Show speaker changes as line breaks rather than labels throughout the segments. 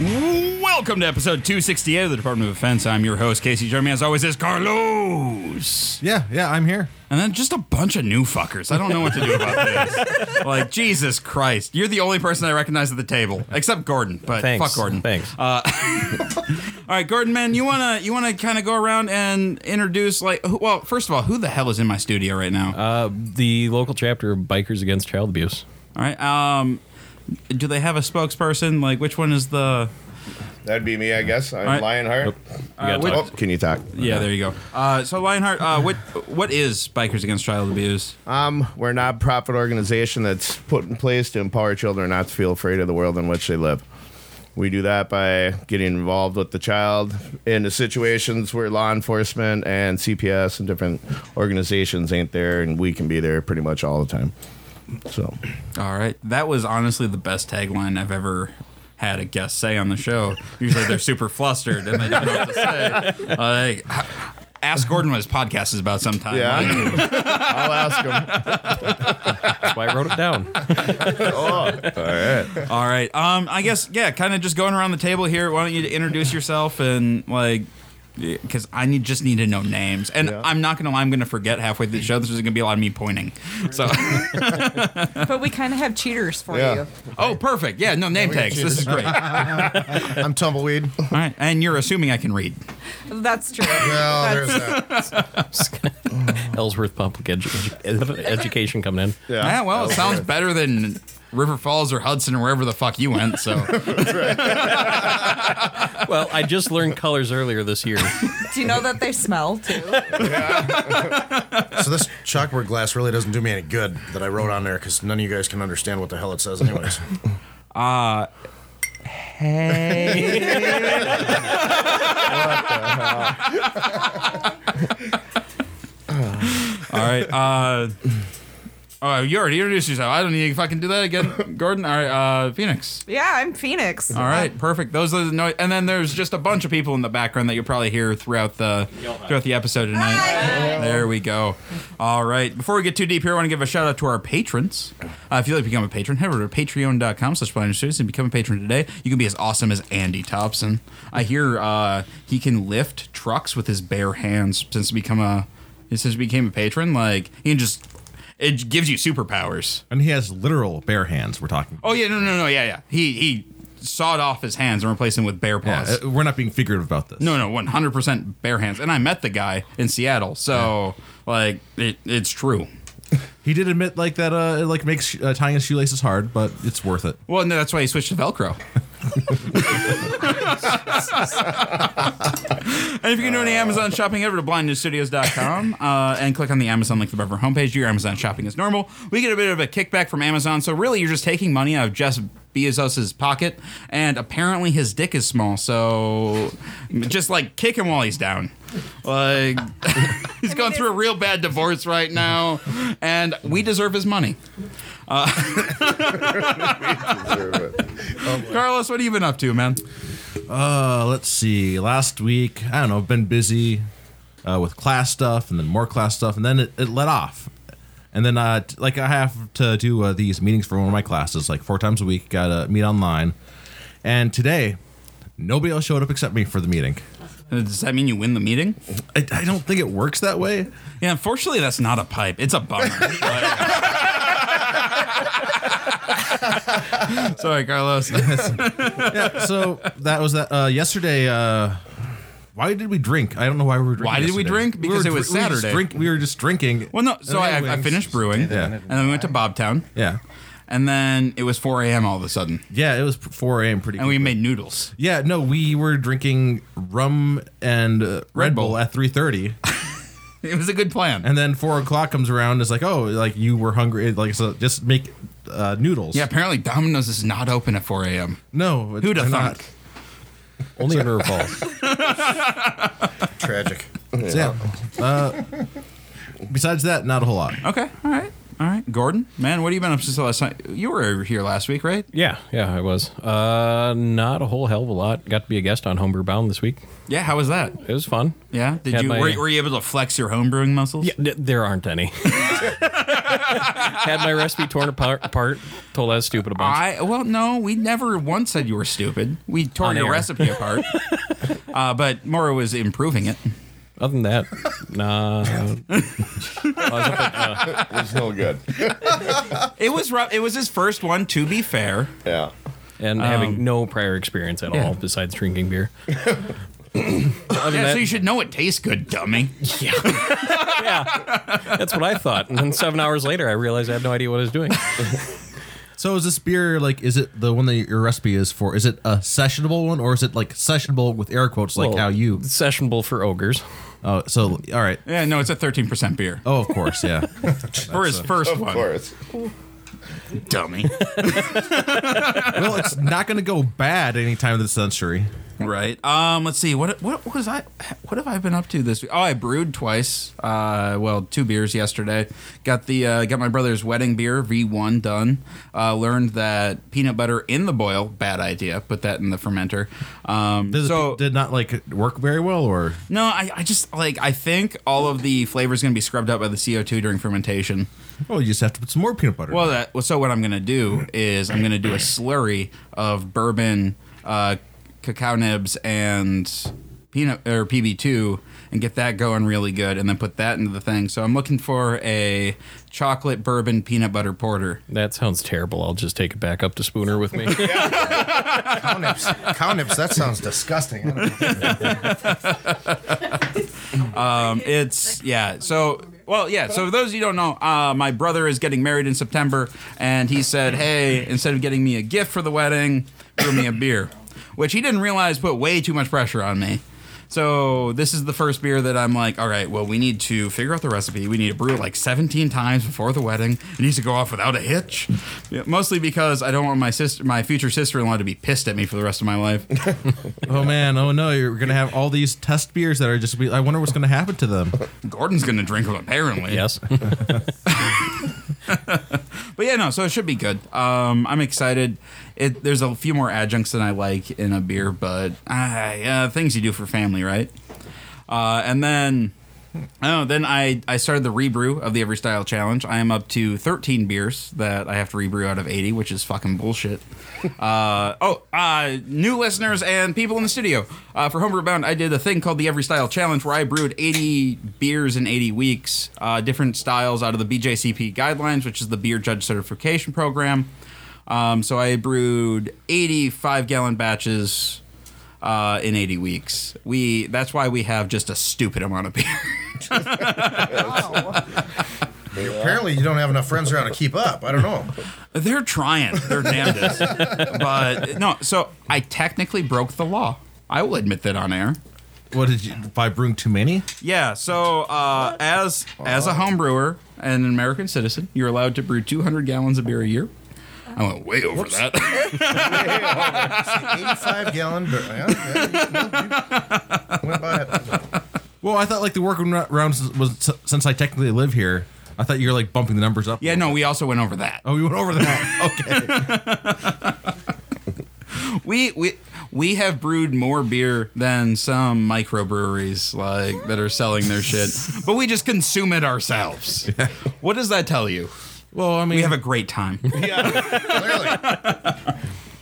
Welcome to episode 268 of the Department of Defense. I'm your host, Casey Jeremy. As always, is Carlos.
Yeah, yeah, I'm here.
And then just a bunch of new fuckers. I don't know what to do about this. Like, Jesus Christ. You're the only person I recognize at the table, except Gordon. But
Thanks.
fuck Gordon.
Thanks.
All right, Gordon, man, you wanna you wanna kind of go around and introduce like, who, well, first of all, who the hell is in my studio right now?
Uh, the local chapter of Bikers Against Child Abuse.
all right, um, do they have a spokesperson? Like, which one is the?
That'd be me, I guess. I'm
right.
Lionheart.
We gotta
which-
talk.
Oh, can you talk?
Yeah, there you go. Uh, so Lionheart, uh, what what is Bikers Against Child Abuse?
Um, we're a nonprofit organization that's put in place to empower children not to feel afraid of the world in which they live. We do that by getting involved with the child in the situations where law enforcement and CPS and different organizations ain't there, and we can be there pretty much all the time. So,
All right. That was honestly the best tagline I've ever had a guest say on the show. Usually they're super flustered and they don't know what to say. Like, h- ask Gordon what his podcast is about sometime. Like,
yeah, I'll ask him.
That's why I wrote it down.
Oh.
all right. Um, I guess, yeah, kind of just going around the table here. Why don't you introduce yourself and, like, because I need just need to know names, and
Yeah.
I'm not gonna lie, I'm gonna forget halfway through the show. This is gonna be a lot of me pointing. So,
But we kind of have cheaters for
Yeah.
you.
oh, perfect. Yeah, no name tags. This is great. All
I'm Tumbleweed.
right, and you're assuming I can read.
That's true.
Well, there's
That's-
that.
Ellsworth Public edu- Education coming in.
Yeah, well, it sounds better than River Falls or Hudson or wherever the fuck you went. So,
Well, I just learned colors earlier this year.
Do you know that they smell too?
So this chalkboard glass really doesn't do me any good that I wrote on there because none of you guys can understand what the hell it says, anyways.
all right. Uh, all right, you already introduced yourself. I don't need to fucking do that again, Gordon. All right, uh, Phoenix.
yeah, I'm Phoenix.
All right, perfect. Those are the noise. And then there's just a bunch of people in the background that you'll probably hear throughout the throughout the episode tonight. There we go. All right. Before we get too deep here, I want to give a shout out to our patrons. Uh, if you'd like to become a patron, head over to patreon.com slash Blind Studios and become a patron today. You can be as awesome as Andy Thompson. I hear uh, he can lift trucks with his bare hands since he become a since he became a patron. Like he can just it gives you superpowers.
And he has literal bare hands. We're talking.
Oh yeah, no, no, no, yeah, yeah. He he sawed off his hands and replaced them with bare
yeah.
paws.
uh, We're not being figurative about this.
no, no, one hundred percent bare hands. And I met the guy in Seattle, so like it, it's true.
he did admit like that. Uh, it, like makes uh, tying his shoelaces hard, but it's worth it.
Well, no, that's why he switched to Velcro. and if you can do any Amazon shopping, head over to blindnewstudios.com uh, and click on the Amazon link to the Beverly homepage. Do your Amazon shopping as normal. We get a bit of a kickback from Amazon, so really you're just taking money out of Jeff Bezos's pocket, and apparently his dick is small, so just like kick him while he's down. Like he's going through a real bad divorce right now, and we deserve his money. Carlos, what have you been up to, man?
Uh, let's see. Last week, I don't know. I've been busy uh, with class stuff, and then more class stuff, and then it, it let off. And then, uh, t- like, I have to do uh, these meetings for one of my classes, like four times a week. Got to meet online. And today, nobody else showed up except me for the meeting.
Uh, Does that mean you win the meeting?
I, I don't think it works that way.
Yeah, unfortunately, that's not a pipe. It's a bummer. Sorry, Carlos.
yeah, so that was that. Uh, yesterday, uh, why did we drink? I don't know why we were drinking.
Why did we
yesterday.
drink?
were
Because it
dr-
was
we were just
Saturday.
drink- we were just drinking.
Well, no. So
And
I,
had
I
wings.
finished brewing,
Yeah.
and then we went to Bobtown,
Yeah.
and then it was 4 a.m. all of a sudden,
Yeah, it was 4 a.m. pretty
and we
quickly.
made noodles.
Yeah, no, we were drinking rum and uh, Red
Bull.
Bull at 3.30.
It was a good plan.
and then 4 o'clock comes around. It's like, oh, like you were hungry. Like, so just make uh, noodles.
yeah, apparently Domino's is not open at 4 a.m.
No. it-
Who'da
they're
thunk?
Only in River Falls.
Tragic.
not. So, yeah. Uh, besides that, not a whole lot.
Okay, all right. All right, Gordon, man, what have you been up since the last time? You were here last week, right?
Yeah, yeah, I was. Uh, not a whole hell of a lot. Got to be a guest on Homebrew Bound this week.
Yeah. How was that?
It was fun.
Yeah. Did
Had
you
my-
were, were you able to flex your homebrewing muscles?
Yeah, th- there aren't any. Had my recipe torn apart, apart told I was stupid about it.
I well, no, we never once said you were stupid. We tore
On
your
air.
recipe apart, uh, but Mora was improving it.
Other than that, nah.
It's no good.
It was rough. It was his first one, to be fair.
Yeah.
And having no prior experience at all besides drinking beer. Other than
Yeah,
that,
so you should know it tastes good, dummy.
that's what I thought. And then seven hours later, I realized I had no idea what I was doing.
So is this beer like? Is it the one that your recipe is for? Is it a sessionable one, or is it like sessionable with air quotes, like
Well,
how you?
Sessionable for ogres.
Oh, so all right.
Yeah, no, it's a thirteen percent beer
Oh, of course, yeah.
for his first
Of
one,
course.
dummy.
well, it's not going to go bad anytime this century.
right. Um. Let's see. What what was I? What have I been up to this week? Oh, I brewed twice. Uh. Well, two beers yesterday. Got the uh, got my brother's wedding beer V one done. Uh. Learned that peanut butter in the boil bad idea. Put that in the fermenter. Um.
Did,
so
did not like work very well, or
No, I, I just like I think all of the flavors going to be scrubbed out by the CO2 during fermentation.
well, oh, you just have to put some more peanut butter.
Well, that well, so what I'm going to do is I'm going to do a slurry of bourbon, uh, cacao nibs, and peanut or PB2, and get that going really good, and then put that into the thing. So I'm looking for a chocolate bourbon peanut butter porter.
That sounds terrible. I'll just take it back up to Spooner with me.
Cow nips. Cow nips. That sounds disgusting. I don't know.
Um, it's yeah. So well, yeah. So for those of you who don't know, uh, my brother is getting married in September, and he said, "Hey, instead of getting me a gift for the wedding, brew me a beer," which he didn't realize put way too much pressure on me. So this is the first beer that I'm like, all right, well, we need to figure out the recipe. We need to brew it like 17 times before the wedding. It needs to go off without a hitch. Yeah, mostly because I don't want my sister, my future sister-in-law, to be pissed at me for the rest of my life.
oh man, oh no, you're going to have all these test beers that are just. Be, I wonder what's going to happen to them.
Gordon's gonna drink them apparently.
yes.
But yeah, no, so it should be good. Um, I'm excited. It, there's a few more adjuncts than I like in a beer, but ah, yeah, things you do for family, right? Uh, and then, I don't know, Oh, then I, I started the rebrew of the Every Style Challenge. I am up to 13 beers that I have to rebrew out of 80, which is fucking bullshit. Uh, oh, uh, new listeners and people in the studio. Uh, for Homebrew Bound, I did a thing called the Every Style Challenge where I brewed 80 beers in 80 weeks, uh, different styles out of the BJCP guidelines, which is the Beer Judge Certification Program. Um, so I brewed 85 gallon batches uh, in 80 weeks. We That's why we have just a stupid amount of beer.
Apparently, you don't have enough friends around to keep up. I don't know.
They're trying. They're damnedest. but no, so I technically broke the law. I will admit that on air.
What did you by brewing too many?
Yeah. So uh, as as a home brewer and an American citizen, you're allowed to brew 200 gallons of beer a year. I went way over that.
85 gallon. bur- yeah, yeah, Went by it.
Well, I thought like the workarounds was since I technically live here. I thought you were like bumping the numbers up.
yeah. No, we also went over that.
Oh, we went over that. Okay.
We we we have brewed more beer than some microbreweries like that are selling their shit, but we just consume it ourselves. What does that tell you?
Well, I mean,
We have a great time.
Clearly.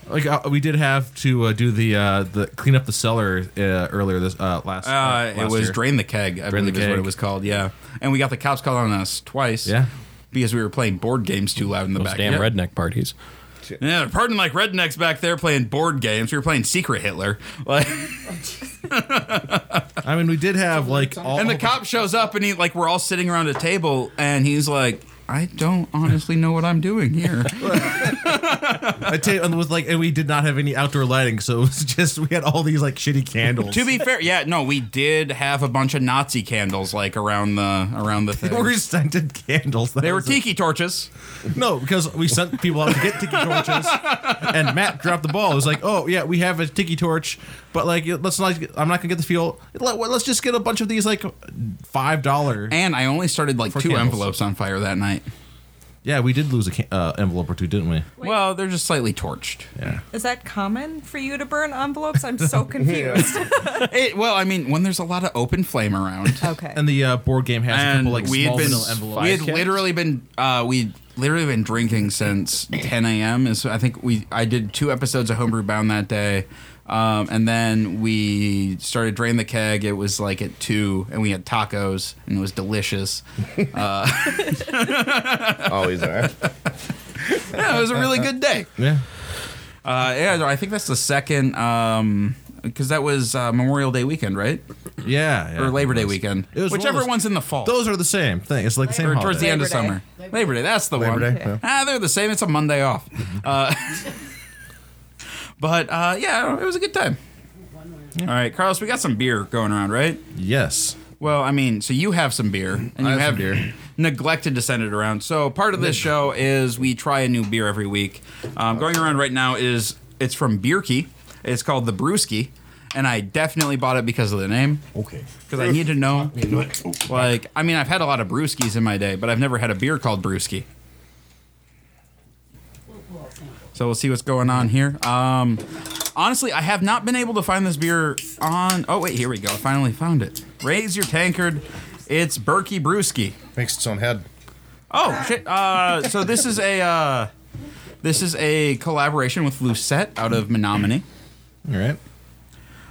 like uh, we did have to uh, do the uh, the clean up the cellar uh, earlier this uh, last.
Uh, it
last
was
year.
drain the keg. I
Drain the
believe is what
Keg.
it was called. Yeah, and we got the cops called on us twice.
Yeah.
because we were playing board games too loud in the
Those
back.
damn
Yeah.
redneck parties.
Yeah, they're partying like rednecks back there playing board games. We were playing Secret Hitler. Like,
I mean, we did have like all.
and the cop shows up and he like we're all sitting around a table and he's like, I don't honestly know what I'm doing here.
I tell you, and with like, and we did not have any outdoor lighting, so it was just we had all these like shitty candles.
to be fair, yeah, no, we did have a bunch of Nazi candles like around the around the thing.
They were scented candles. That
They were
was
tiki torches.
it. No, because we sent people out to get tiki torches, and Matt dropped the ball. It was like, oh yeah, we have a tiki torch, but like, let's not. I'm not gonna get the fuel. Let, us just get a bunch of these like five dollar.
And I only started like
For
two
candles.
envelopes on fire that night.
Yeah, we did lose a ca- uh, envelope or two, didn't we?
Well, they're just slightly torched.
Is that common for you to burn envelopes? I'm so confused.
It, well, I mean, when there's a lot of open flame around.
Okay.
And the uh, board game has a
and
couple like
we had
small
been
vanilla envelopes.
we had literally been uh, we literally been drinking since 10 a.m. And so I think we I did two episodes of Homebrew Bound that day, um, and then we started drain the keg. It was like at two, and we had tacos, and it was delicious.
Always are.
yeah, it was a really good day.
yeah.
Uh, yeah, I think that's the second. Um, because that was uh, Memorial Day weekend, right?
yeah, yeah,
Or Labor Day
It was-
weekend.
It was one of
Whichever
those-
one's in the fall.
Those are the same thing. It's like the same.
or towards the
holiday.
end of
Labor Day.
summer. Labor Day, that's the one.
Labor Day, yeah. Mm-hmm.
Ah, they're the same. It's a Monday off. Uh, but uh, yeah, I don't know, it was a good time. All right, Carlos, we got some beer going around, right?
Yes.
Well, I mean, so you have some beer, and you
have
have,
some beer.
neglected to send it around. So part of this show is we try a new beer every week. Um, going around right now is it's from Beerkey. It's called the Brewski, and I definitely bought it because of the name.
Okay.
Because I need to know,
Oh,
like, I mean, I've had a lot of brewskis in my day, but I've never had a beer called brewski. So we'll see what's going on here. Um, honestly, I have not been able to find this beer on. Oh wait, here we go. I finally found it. Raise your tankard. It's Berkey Brewski.
makes its own head.
Oh shit. Uh, so this is a uh, this is a collaboration with Lucette out of Menominee.
All right.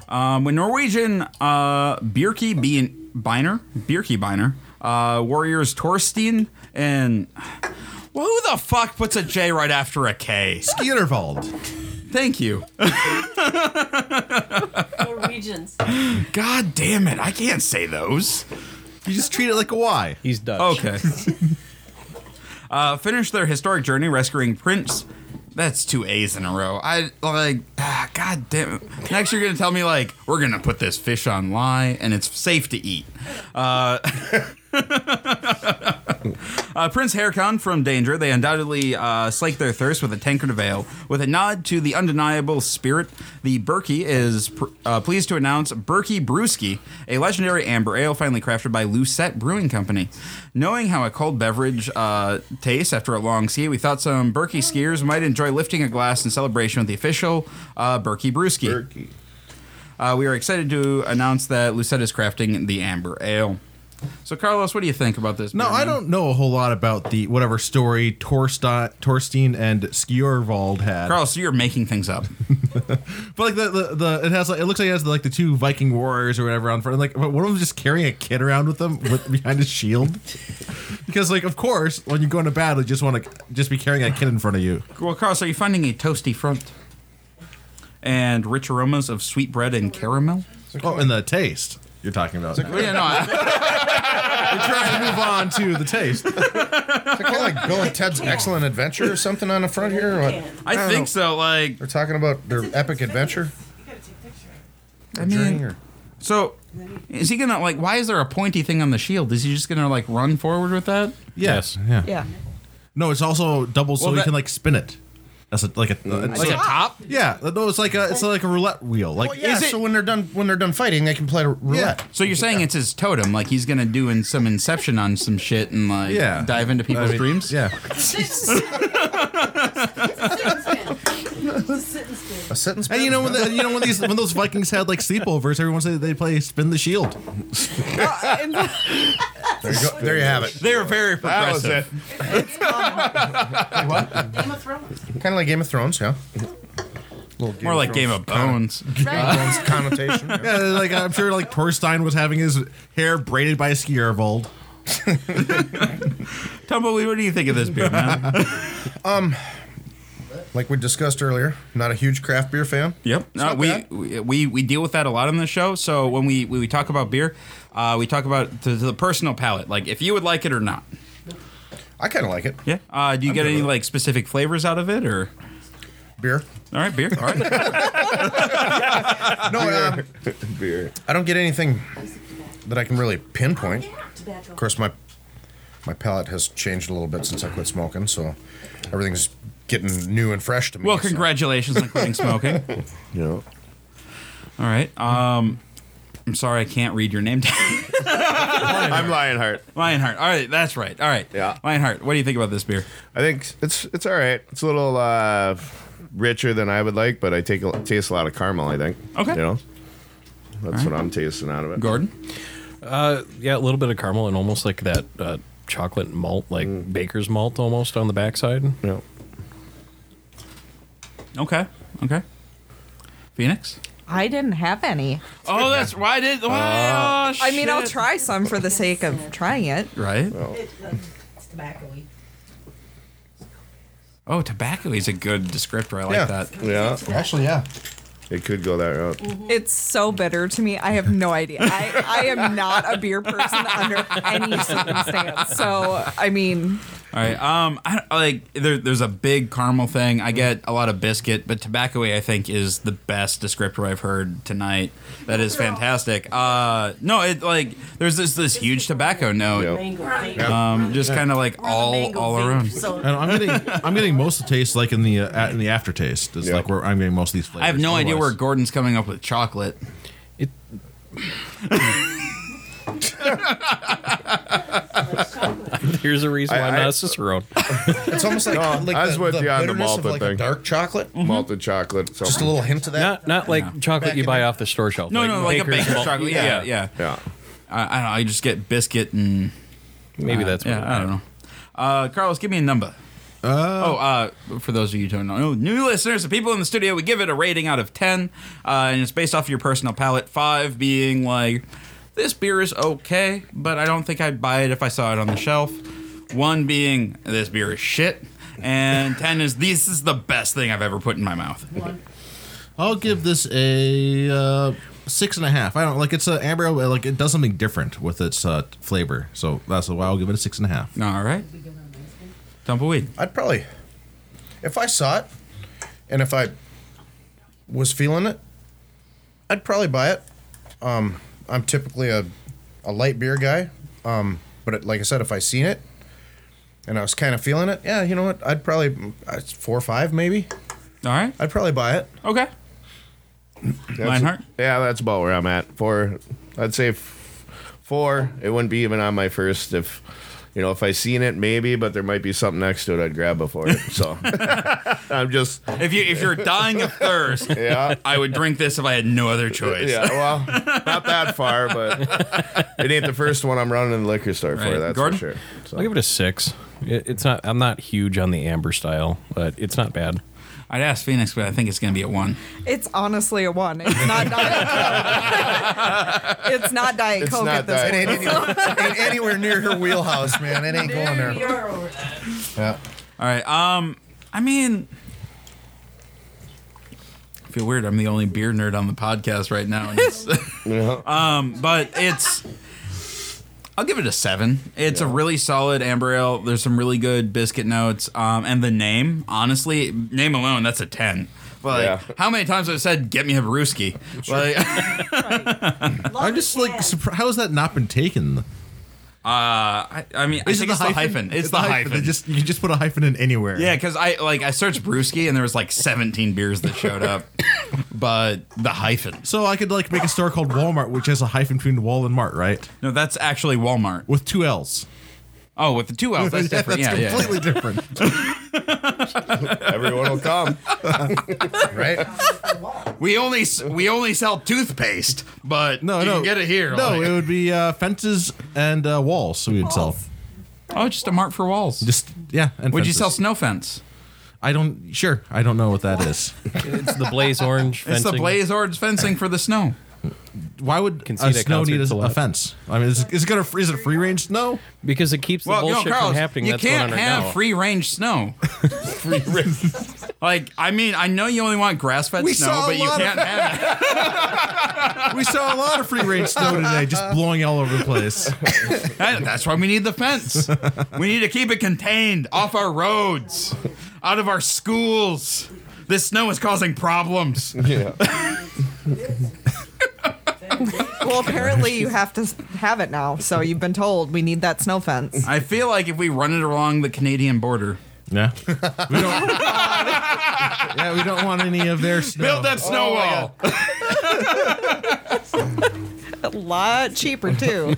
Um, when Norwegian uh, Bjerke Bein- Biner, Bjerke Biner, uh, Warriors Torstein and. Well, who the fuck puts a J right after a K?
Skierwald.
Thank you.
Norwegians.
God damn it. I can't say those.
You just treat it like a Y.
He's Dutch.
Okay. uh, finish their historic journey rescuing Prince. That's two A's in a row. I like, ah, god damn. it. Next, you're gonna tell me like we're gonna put this fish on lie and it's safe to eat. Uh, uh, Prince Hercon from Danger, they undoubtedly uh, slake their thirst with a tankard of ale. With a nod to the undeniable spirit, the Berkey is pr- uh, pleased to announce Berkey Brewski, a legendary amber ale finally crafted by Lucette Brewing Company. Knowing how a cold beverage uh, tastes after a long ski, we thought some Berkey skiers might enjoy lifting a glass in celebration with the official uh, Berkey Brewski. Uh, we are excited to announce that Lucetta is crafting the Amber Ale. So, Carlos, what do you think about this?
No,
beer,
I
man?
don't know a whole lot about the whatever story Torstein, Torstein and Skierwald had.
Carlos, you're making things up.
But like the, the the it has like it looks like it has like the two Viking warriors or whatever on front. Like but one of them just carrying a kid around with them with, behind his shield. Because like of course when you go into battle you just want to just be carrying a kid in front of you.
well, Carlos, are you finding a toasty front? And rich aromas of sweetbread and caramel?
Oh, and the taste you're talking about.
Well, Oh, yeah, no, I,
We're trying to move on to the taste.
Is it called like Bill and Ted's Excellent Adventure or something on the front here? Or what?
I
don't know.
think so. Like,
They're talking about their epic adventure.
I
Journey
mean,
or
so is he gonna, like, why is there a pointy thing on the shield? Is he just gonna, like, run forward with that?
Yes. Yeah.
yeah.
No, it's also double so
Well,
you
that-
can like spin it. That's a, like a it's like a,
top?
yeah. No, it's like a it's like a roulette wheel. Like
Well, yeah.
Oh, Is it-
so when they're done when they're done fighting, they can play roulette.
So you're saying it's his totem, like he's gonna do in some inception on some shit and like
Yeah.
dive into people's
I mean,
dreams?
Yeah.
A sentence.
And you know when the, you know when these when those Vikings had like sleepovers, everyone said they play spin the shield.
Uh,
there, you go. there you have it.
They were very progressive.
Game of Thrones.
Kind of like Game of Thrones, yeah. Little Game
More like Game of Bones.
Right.
Thrones connotation. yeah.
Yeah, like I'm sure like Torstein was having his hair braided by a skiervold.
Tumbleweed, what do you think of this beer, man?
Like we discussed earlier, not a huge craft beer fan.
yep. No,
not
we,
bad.
we we we deal with that a lot on the show. So when we when we talk about beer, uh, we talk about to, to the personal palate, like if you would like it or not.
I kind of like it.
Yeah. Uh, do you get any like specific flavors out of it, or
Beer.
all right, beer, all right.
No, um,
Beer.
I don't get anything that I can really pinpoint.
Tobacco.
Of course, my my palate has changed a little bit since I quit smoking, so everything's getting new and fresh to me.
well,
so-
congratulations on quitting smoking.
You know.
All right. Um, I'm sorry, I can't read your name.
I'm Lionheart.
Lionheart. All right, that's right. All right.
Yeah.
Lionheart, what do you think about this beer?
I think it's it's all right. It's a little uh, richer than I would like, but I take a, taste a lot of caramel. I think.
Okay.
You know, that's what I'm tasting out of it.
Gordon?
Yeah, a little bit of caramel and almost like that uh, chocolate malt, like baker's malt almost on the backside.
Yeah.
Okay. Okay. Phoenix?
I didn't have any.
Oh, that's why did. Why, oh,
I mean, I'll
shit.
try some for the sake of trying it.
Right?
It's tobacco-y.
Oh, tobacco is a good descriptor. I like
Yeah.
that.
Yeah.
Actually, yeah.
It could go that route.
It's so bitter to me. I have no idea. I, I am not a beer person under any circumstance. So, I mean,
All right. Um, I don't- like there, there's a big caramel thing. I get a lot of biscuit, but tobacco I think is the best descriptor I've heard tonight. That is fantastic. Uh, no, it like there's this this huge tobacco note.
Yeah.
Mango.
Um, just kind of like
We're the
all
mango
all
vape,
around.
So
And I'm getting I'm getting most of the taste like in the uh, in the aftertaste. It's
Yeah.
like where I'm getting most of these flavors.
I have no idea where
Otherwise-
Gordon's coming up with chocolate.
It Here's a reason why
I-
I'm not
I-
a Cicerone.
It's almost like,
No,
like
I was
the,
with
the
you on the
bitterness of
malted
like a
thing.
dark chocolate.
Mm-hmm. Malted chocolate. Something.
Just a little hint of that.
Not not like chocolate
Back
you
in
buy
the-
off the store shelf.
No, no, like a baker's
malt.
chocolate. Yeah, yeah.
Yeah.
I, I don't know. I just get biscuit and
Maybe that's what
yeah. I don't know. Uh, Carlos, give me a number. oh, uh, for those of you who don't know, new listeners, the people in the studio, we give it a rating out of 10, uh, and it's based off of your personal palate. Five being like, this beer is okay, but I don't think I'd buy it if I saw it on the shelf. One being, this beer is shit. And 10 is, this is the best thing I've ever put in my mouth.
I'll give this a uh, six and a half. I don't like it's a amber ale, but, like it does something different with its uh, flavor. So that's why I'll give it a six and a half.
All right. Tumbleweed.
I'd probably, if I saw it, and if I was feeling it, I'd probably buy it. Um, I'm typically a, a light beer guy, um, but it, like I said, if I seen it, and I was kind of feeling it, yeah, you know what? I'd probably uh, four or five maybe.
All right.
I'd probably buy it.
Okay.
That's-
Lionheart?
Yeah, that's about where I'm at. Four, I'd say f- four. It wouldn't be even on my first if, you know, if I seen it maybe, but there might be something next to it I'd grab before it. So I'm just
If you if you're dying of thirst,
yeah.
I would drink this if I had no other choice.
Yeah, well, not that far, but it ain't the first one I'm running in the liquor store
Right.
for. That's
Gordon?
for sure. So.
I'll give it a six. It, it's not. I'm not huge on the amber style, but it's not bad.
I'd ask Phoenix, but I think it's gonna be a one.
it's honestly a one. It's not Diet Coke. it's not Diet
It's
Coke
not
at this
Diet
point.
It ain't, any- ain't anywhere near her wheelhouse, man. It ain't going
there we
there.
are over there.
Yeah.
All right. Um, I mean, I feel weird. I'm the only beer nerd on the podcast right now, and it's, Um,
Yeah.
but it's. I'll give it a seven. It's a really solid amber ale. There's some really good biscuit notes, um, and the name, honestly, name alone, that's a ten. Like,
Yeah.
how many times I've said, "Get me a brewski." Like, uh,
I'm just like, surpri- how has that not been taken?
I, I mean, I think it's the hyphen. It's, the, hyphen.
They just you can just put a hyphen in anywhere.
Yeah, because I like I searched brewski and there was like 17 beers that showed up, but the hyphen.
So I could like make a store called Walmart, which has a hyphen between Wall and Mart, right?
No, that's actually Walmart.
With two L's.
Oh, with the two L's, that's different. yeah,
that's
yeah,
completely different.
Everyone will come.
Right?
We only s- we only sell toothpaste, but
No,
you
no,
can get it here.
No,
like-
it would be uh, fences and uh, walls. We would sell
oh, just a mark for walls.
just yeah. And
would you
fences.
sell snow fence?
I don't sure. I don't know what that is.
It's the blaze orange.
It's
fencing.
the blaze orange fencing for the snow.
Why would
Can see
a
that
snow need
concerts
a,
a
a
lot.
fence? I mean, is, is it gonna is it free range snow?
because it keeps the
Well, no,
bullshit
Carlos,
from happening.
you
that's
can't
going on right
have
now.
free range snow. like, I mean, I know you only want grass fed
We
snow,
saw a
but you
lot of-
can't have it.
We saw a lot of free range snow today, just blowing all over the place.
That- That's why we need the fence. we need to keep it contained off our roads, out of our schools. This snow is causing problems.
Well, apparently you have to s- have it now. So you've been told we need that snow fence.
I feel like if we run it along the Canadian border,
Yeah, we don't. yeah, we don't want any of their snow.
build that snow wall.
a lot cheaper too.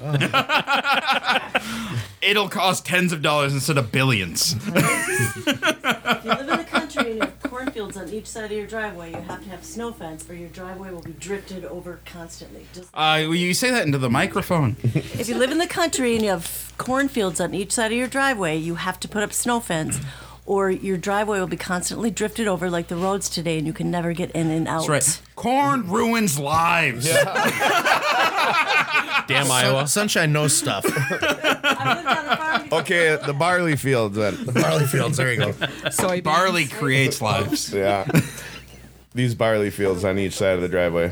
It'll cost tens of dollars instead of billions.
You live in the country and you have cornfields on each side of your driveway. You have to have snow fence or your driveway will be drifted over constantly. Just
Uh, well, you say that into the microphone.
If you live in the country and you have cornfields on each side of your driveway, you have to put up snow fence, or your driveway will be constantly drifted over like the roads today, and you can never get in and out.
That's right. Corn ruins lives.
Damn Iowa.
Sunshine knows stuff.
I lived on a farm before.
Okay, the barley fields then.
the barley fields. There you go.
Soybeans.
Barley creates lives.
Yeah. These barley fields on each side of the driveway.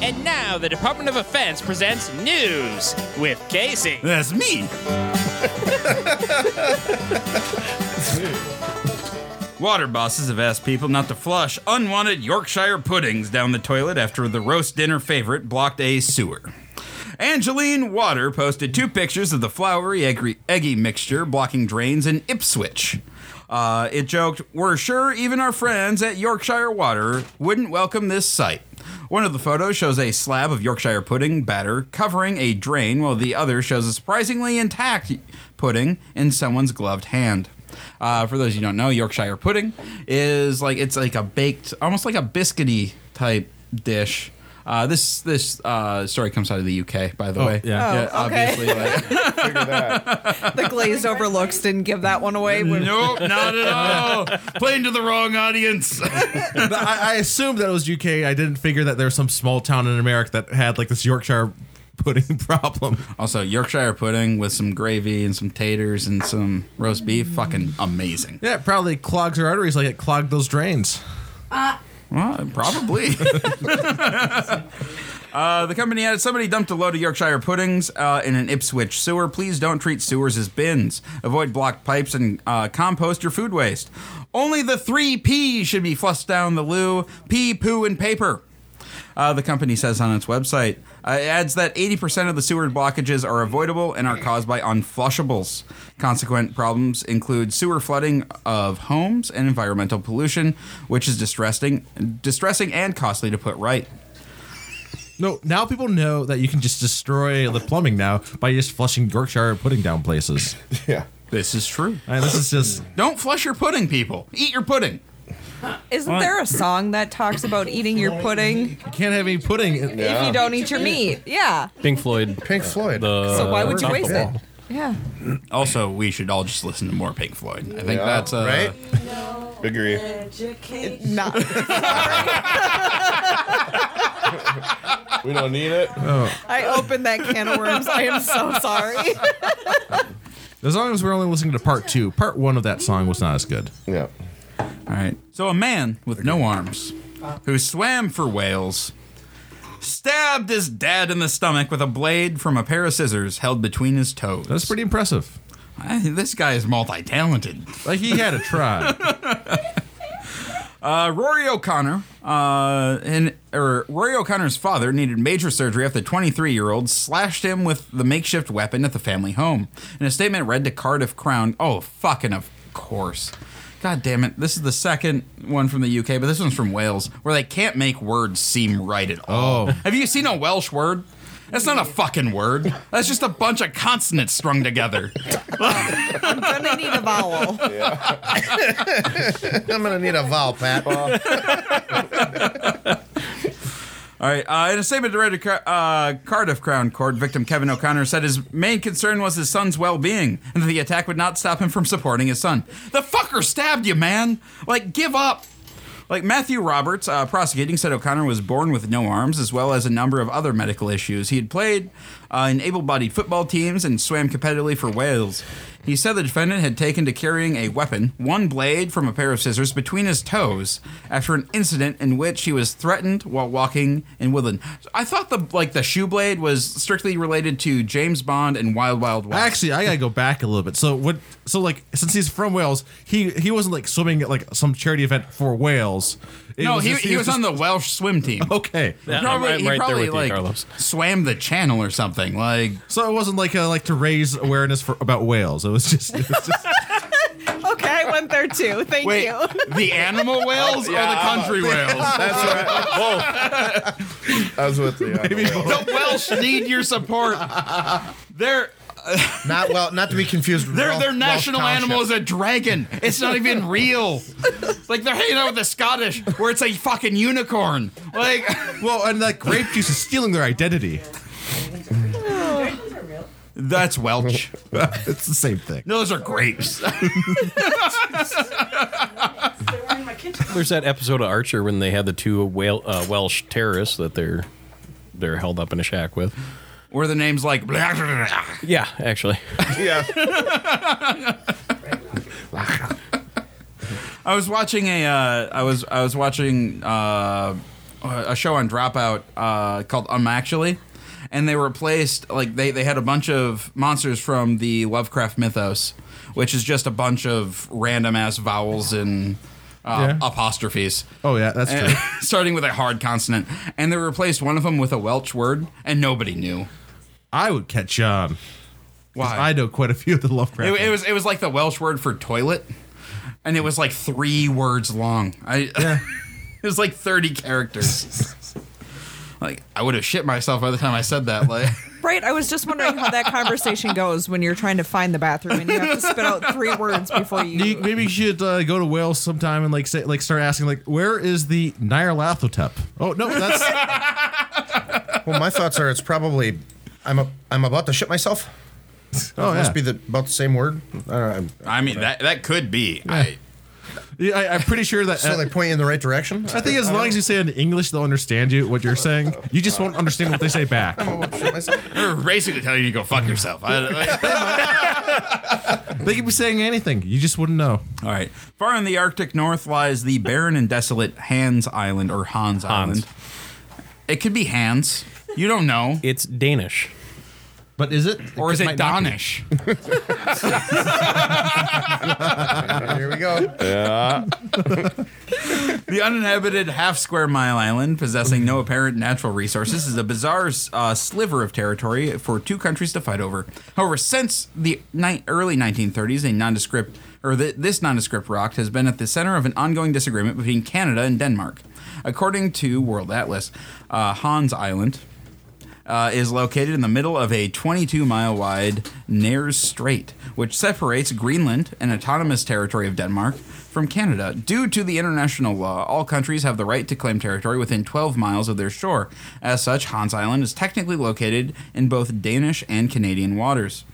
And now the Department of Defense presents news with Casey.
That's me. Water bosses have asked people not to flush unwanted Yorkshire puddings down the toilet after the roast dinner favorite blocked a sewer. Angeline Water posted two pictures of the flowery eggy, eggy mixture blocking drains in Ipswich. Uh, it joked, We're sure even our friends at Yorkshire Water wouldn't welcome this sight. One of the photos shows a slab of Yorkshire pudding batter covering a drain, while the other shows a surprisingly intact pudding in someone's gloved hand. Uh, for those you don't know, Yorkshire pudding is like it's like a baked, almost like a biscuity type dish. Uh, this this uh, story comes out of the UK, by the way.
yeah.
Oh, okay.
obviously. Like,
The glazed over looks didn't give that one away. When,
nope, not at all. Playing to the wrong audience.
But I, I assumed that it was UK. I didn't figure that there was some small town in America that had like this Yorkshire pudding problem.
also, Yorkshire pudding with some gravy and some taters and some roast beef, fucking amazing.
Yeah, it probably clogs her arteries like it clogged those drains.
Well, probably. Uh, the company added somebody dumped a load of Yorkshire puddings uh, in an Ipswich sewer. Please don't treat sewers as bins. Avoid blocked pipes and uh, compost your food waste. Only the three P's should be flushed down the loo pee, poo, and paper. Uh, the company says on its website. Uh, it adds that 80% of the sewer blockages are avoidable and are caused by unflushables. Consequent problems include sewer flooding of homes and environmental pollution, which is distressing, distressing and costly to put right.
No, now people know that you can just destroy the plumbing now by just flushing Yorkshire pudding down places.
Yeah.
This is true.
I mean, this is just
Don't flush your pudding, people. Eat your pudding.
isn't there a song that talks about eating your pudding
you can't have any pudding. in-
if you don't eat your meat? Yeah.
Pink Floyd. uh,
Pink Floyd.
The
So why would you waste it?
alcohol.
Yeah.
Also, we should all just listen to more Pink Floyd. I think
Yeah,
that's uh,
right?
Agree.
Education.
Not.
We don't need it.
I opened that can of worms. I am so sorry.
As long as we're only listening to part two, part one of that song was not as good.
Yeah.
All right. So, a man with no arms who swam for whales stabbed his dad in the stomach with a blade from a pair of scissors held between his toes.
That's pretty impressive.
I, this guy is multi-talented.
Like he had a try.
Uh, Rory O'Connor, uh, and or Rory O'Connor's father needed major surgery after the 23-year-old slashed him with the makeshift weapon at the family home. In a statement read to Cardiff Crown, oh fucking of course. God damn it! This is the second one from the UK, but this one's from Wales, where they can't make words seem right at all.
Oh.
Have you seen a Welsh word? That's not a fucking word. That's just a bunch of consonants strung together.
I'm gonna need a vowel.
I'm gonna need a vowel, Pat.
All right. Uh, in a statement to Reddit, uh, Cardiff Crown Court victim Kevin O'Connor said his main concern was his son's well-being and that the attack would not stop him from supporting his son. The fucker stabbed you, man! Like, give up. Like Matthew Roberts, uh, prosecuting, said O'Connor was born with no arms, as well as a number of other medical issues. He had played uh, in able bodied football teams and swam competitively for Wales. He said the defendant had taken to carrying a weapon, one blade from a pair of scissors, between his toes after an incident in which he was threatened while walking in Woodland. I thought the like the shoe blade was strictly related to James Bond and Wild Wild West.
Actually, I gotta go back a little bit. So what? So like, since he's from Wales, he he wasn't like swimming at like some charity event for Wales. It
no, he,
just-
he was Oh, on the Welsh swim team.
just- okay.
Yeah, I'm
Probably,
right-
he
right there
probably
with you,
like
Carlos.
swam the channel or something. Like
So it wasn't like uh like to raise awareness for about Wales. It was just, it was just
Okay, went there too. Thank
Wait,
you.
the animal whales or the country whales?
That's right. Whoa. I was with you. on the whale.
the Welsh need your support. They're.
Not well, not to be confused. with
Their,
Ralph-
their
Ralph
national
Township.
animal is a dragon. It's not even real. Like they're hanging out with the Scottish, where it's a fucking unicorn. Like,
Well, and that grape juice is stealing their identity.
that's Welch.
It's the same thing.
No, those are grapes.
There's that episode of Archer when they had the two whale, uh, Welsh terrorists that they're they're held up in a shack with.
Where the name's like,
Yeah, actually.
Yeah.
I was watching a uh, I was I was watching uh, a show on Dropout uh, called Um Actually, and they replaced like they they had a bunch of monsters from the Lovecraft mythos, which is just a bunch of random ass vowels and uh,
Yeah.
apostrophes.
Oh yeah, that's
Eh.
true.
Starting with a hard consonant, and they replaced one of them with a Welsh word, and nobody knew
I would catch on. 'Cause
why.
I know quite a few of the Lovecraft.
It, it was it was like the Welsh word for toilet, and it was like three words long. I it was like thirty characters. like I would have shit myself by the time I said that. Like
Right. I was just wondering how that conversation goes when you're trying to find the bathroom and you have to spit out three words before
You-
you.
Maybe you should uh, go to Wales sometime and like say like start asking like where is the Nyarlathotep? Oh no, that's
Well, my thoughts are it's probably I'm a, I'm about to shit myself.
oh yeah.
Must be the, about the same word. I don't know, I'm-
I mean that that could be. I,
Yeah, I, I'm pretty sure that. uh,
so they point you in the right direction.
I think as long as you say it in English, they'll understand you what you're saying. You just won't understand what they say back.
shit myself.
they're basically telling you to go fuck yourself. I-
They could be saying anything. You just wouldn't know.
all right. Far in the Arctic north lies the barren and desolate Hans Island or Hans, Island. It could be Hans. You don't know.
It's Danish.
But is it?
or is it
might not be.
Donish?
Here we go.
The uninhabited half square mile island, possessing no apparent natural resources, is a bizarre uh, sliver of territory for two countries to fight over. However, since the ni- early 1930s, a nondescript or th- this nondescript rock has been at the center of an ongoing disagreement between Canada and Denmark. According to World Atlas, uh, Hans Island uh, is located in the middle of a 22 mile wide Nares Strait, which separates Greenland, an autonomous territory of Denmark, from Canada. Due to the international law, all countries have the right to claim territory within 12 miles of their shore. As such, Hans Island is technically located in both Danish and Canadian waters.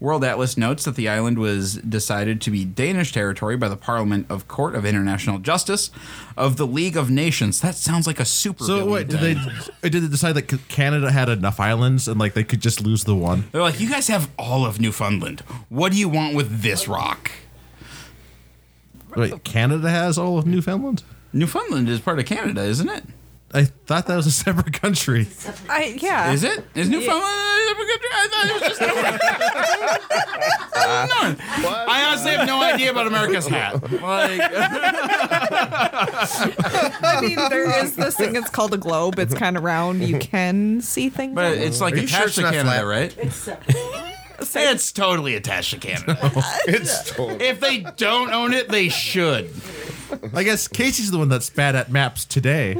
World Atlas notes that the island was decided to be Danish territory by the Parliament of Court of International Justice of the League of Nations. That sounds like a super.
So
villain
wait, did
thing.
they uh, did they decide that Canada had enough islands and like they could just lose the one?
They're like, you guys have all of Newfoundland. What do you want with this rock?
Wait, Canada has all of Newfoundland.
Newfoundland is part of Canada, isn't it?
I thought that was a separate country.
I, yeah.
Is it? Is Newfoundland? I thought it was just. I, I honestly have no idea about America's hat. Like,
I mean, there is this thing. It's called a globe. It's kind of round. You can see things.
but it's like
Are you sure
attached
it's not
to Canada,
flat?
right? It's totally attached to Canada.
It's totally.
if they don't own it, they should.
I guess Casey's the one that spat at maps today.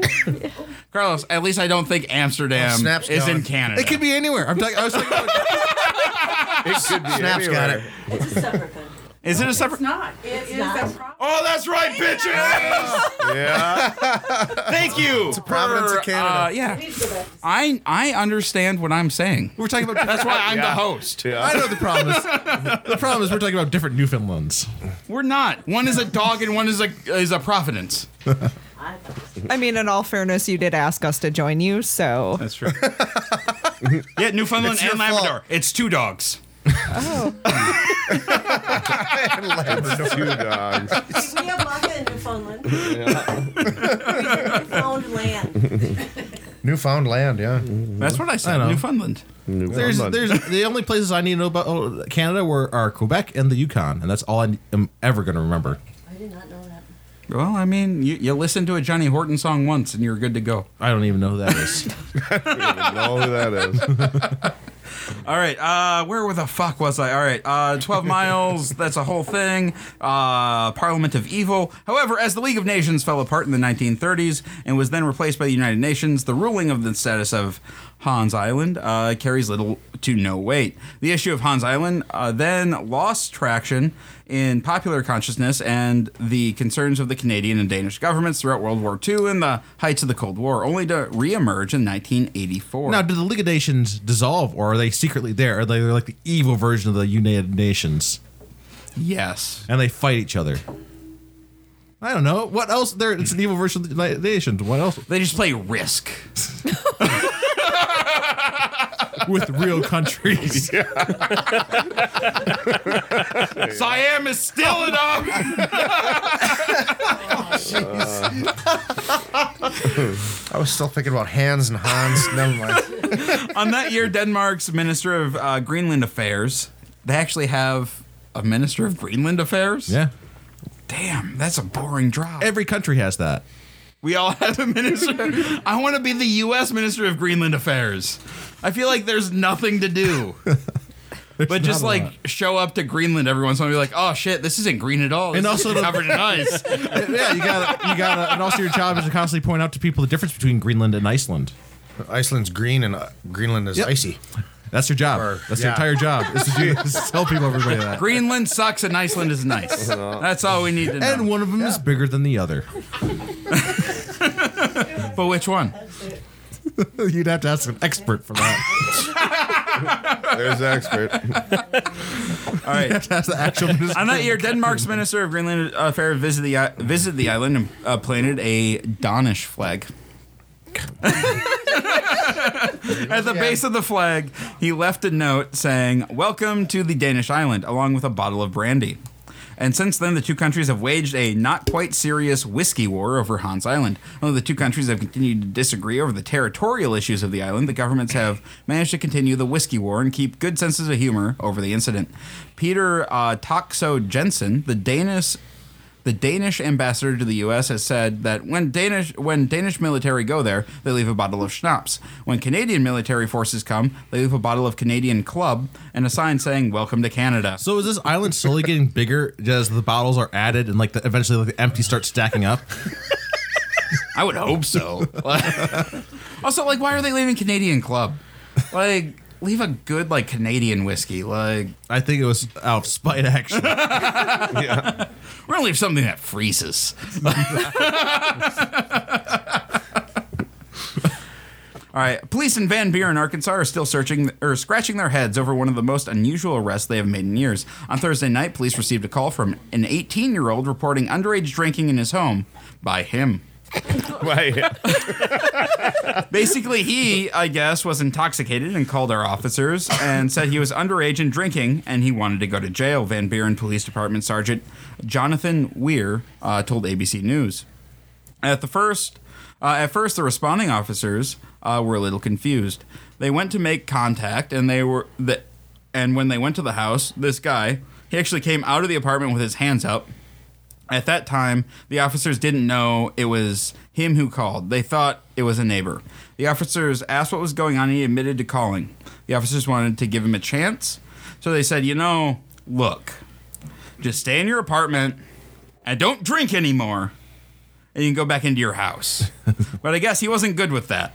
Carlos, at least I don't think Amsterdam
Oh, snaps
is in
going.
Canada.
It could be anywhere. I'm talking. I was talking. About,
It could be
Snap's got it.
Is it a separate?
Not. It is a problem.
Oh, that's right, bitches!
Yeah.
Thank you. It's a
Providence of Canada.
Uh, yeah. I I understand what I'm saying.
we're talking about.
That's why I'm the host.
I know the problem is. The problem is we're talking about different Newfoundlands.
We're not. One is a dog and one is a is a providence.
I mean, in all fairness, you did ask us to join you, so
That's true. yeah, Newfoundland
It's your
and Labrador.
fault.
It's two dogs.
Two dogs.
We have maca in Newfoundland. Found land.
Newfoundland, yeah.
That's what I said.
I know.
Newfoundland.
There's,
Newfoundland.
there's the only places I need to know about oh, Canada were are Quebec and the Yukon, and that's all I am ever going to remember.
I did not know that.
Well, I mean, you, you listen to a Johnny Horton song once and you're good to go.
I don't even know who that is.
I don't know who that is.
All right. Uh, where the fuck was I? All right. Uh, 12 miles. That's a whole thing. Uh, Parliament of Evil. However, as the League of Nations fell apart in the 1930s and was then replaced by the United Nations, the ruling of the status of Hans Island uh, carries little to no weight. The issue of Hans Island uh, then lost traction in popular consciousness and the concerns of the Canadian and Danish governments throughout World War II and the heights of the Cold War, only to reemerge in 1984.
Now, did the League of Nations dissolve, or are they secretly there? Are they like the evil version of the United Nations,
yes.
and they fight each other? I don't know. What else? There, it's an evil version of the United Nations. What else?
They just play Risk.
With real countries.
Siam is still it up.
I was still thinking about hands and Hans. Never mind.
On that year, Denmark's Minister of uh, Greenland Affairs, they actually have a Minister of Greenland Affairs.
Yeah.
Damn, that's a boring job.
Every country has that.
We all have a minister. I want to be the U.S. Minister of Greenland Affairs. I feel like there's nothing to do. But just
not a
like
lot.
show up to Greenland every once in a while, and be like, "Oh shit, this isn't green at all."
And
This
also
is
the-
covered in ice.
yeah, you gotta, you gotta, and also your job is to constantly point out to people the difference between Greenland and Iceland.
Iceland's green and uh, Greenland is
Yep.
icy.
That's your job.
Or-
That's
yeah.
your entire job is to, do, is to tell people everybody that.
Greenland sucks, and Iceland is nice. That's all we need to know.
And one of them is bigger than the other.
but which one?
You'd have to ask an expert for that.
There's the expert.
All right.
That's the actual.
On that year, Denmark's Minister of Greenland Affairs visited the, i- visited the island and uh, planted a Danish flag. At the base of the flag, he left a note saying, Welcome to the Danish island, along with a bottle of brandy. And since then, the two countries have waged a not quite serious whiskey war over Hans Island. Although the two countries have continued to disagree over the territorial issues of the island, the governments have managed to continue the whiskey war and keep good senses of humor over the incident. Peter uh, Toxo Jensen, the Danish the Danish ambassador to the U.S. has said that when Danish when Danish military go there, they leave a bottle of schnapps. When Canadian military forces come, they leave a bottle of Canadian Club and a sign saying "Welcome to Canada."
So is this island slowly getting bigger as the bottles are added and like the, eventually like the empty starts stacking up?
I would hope so. also, like, why are they leaving Canadian Club? Like, leave a good like Canadian whiskey. Like,
I think it was out of spite actually.
we're gonna leave something that freezes. All right. Police in Van Buren, Arkansas, are still searching or scratching their heads over one of the most unusual arrests they have made in years. On Thursday night, police received a call from an 18-year-old reporting underage drinking in his home by him.
Why?
Basically, he, I guess, was intoxicated and called our officers and said he was underage and drinking and he wanted to go to jail. Van Buren Police Department Sergeant Jonathan Weir uh, told ABC News. At the first, uh, at first, the responding officers uh, were a little confused. They went to make contact, and they were the, and when they went to the house, this guy he actually came out of the apartment with his hands up. At that time, the officers didn't know it was him who called. They thought it was a neighbor. The officers asked what was going on, and he admitted to calling. The officers wanted to give him a chance, so they said, "You know, look, just stay in your apartment and don't drink anymore." and you can go back into your house. but I guess he wasn't good with that.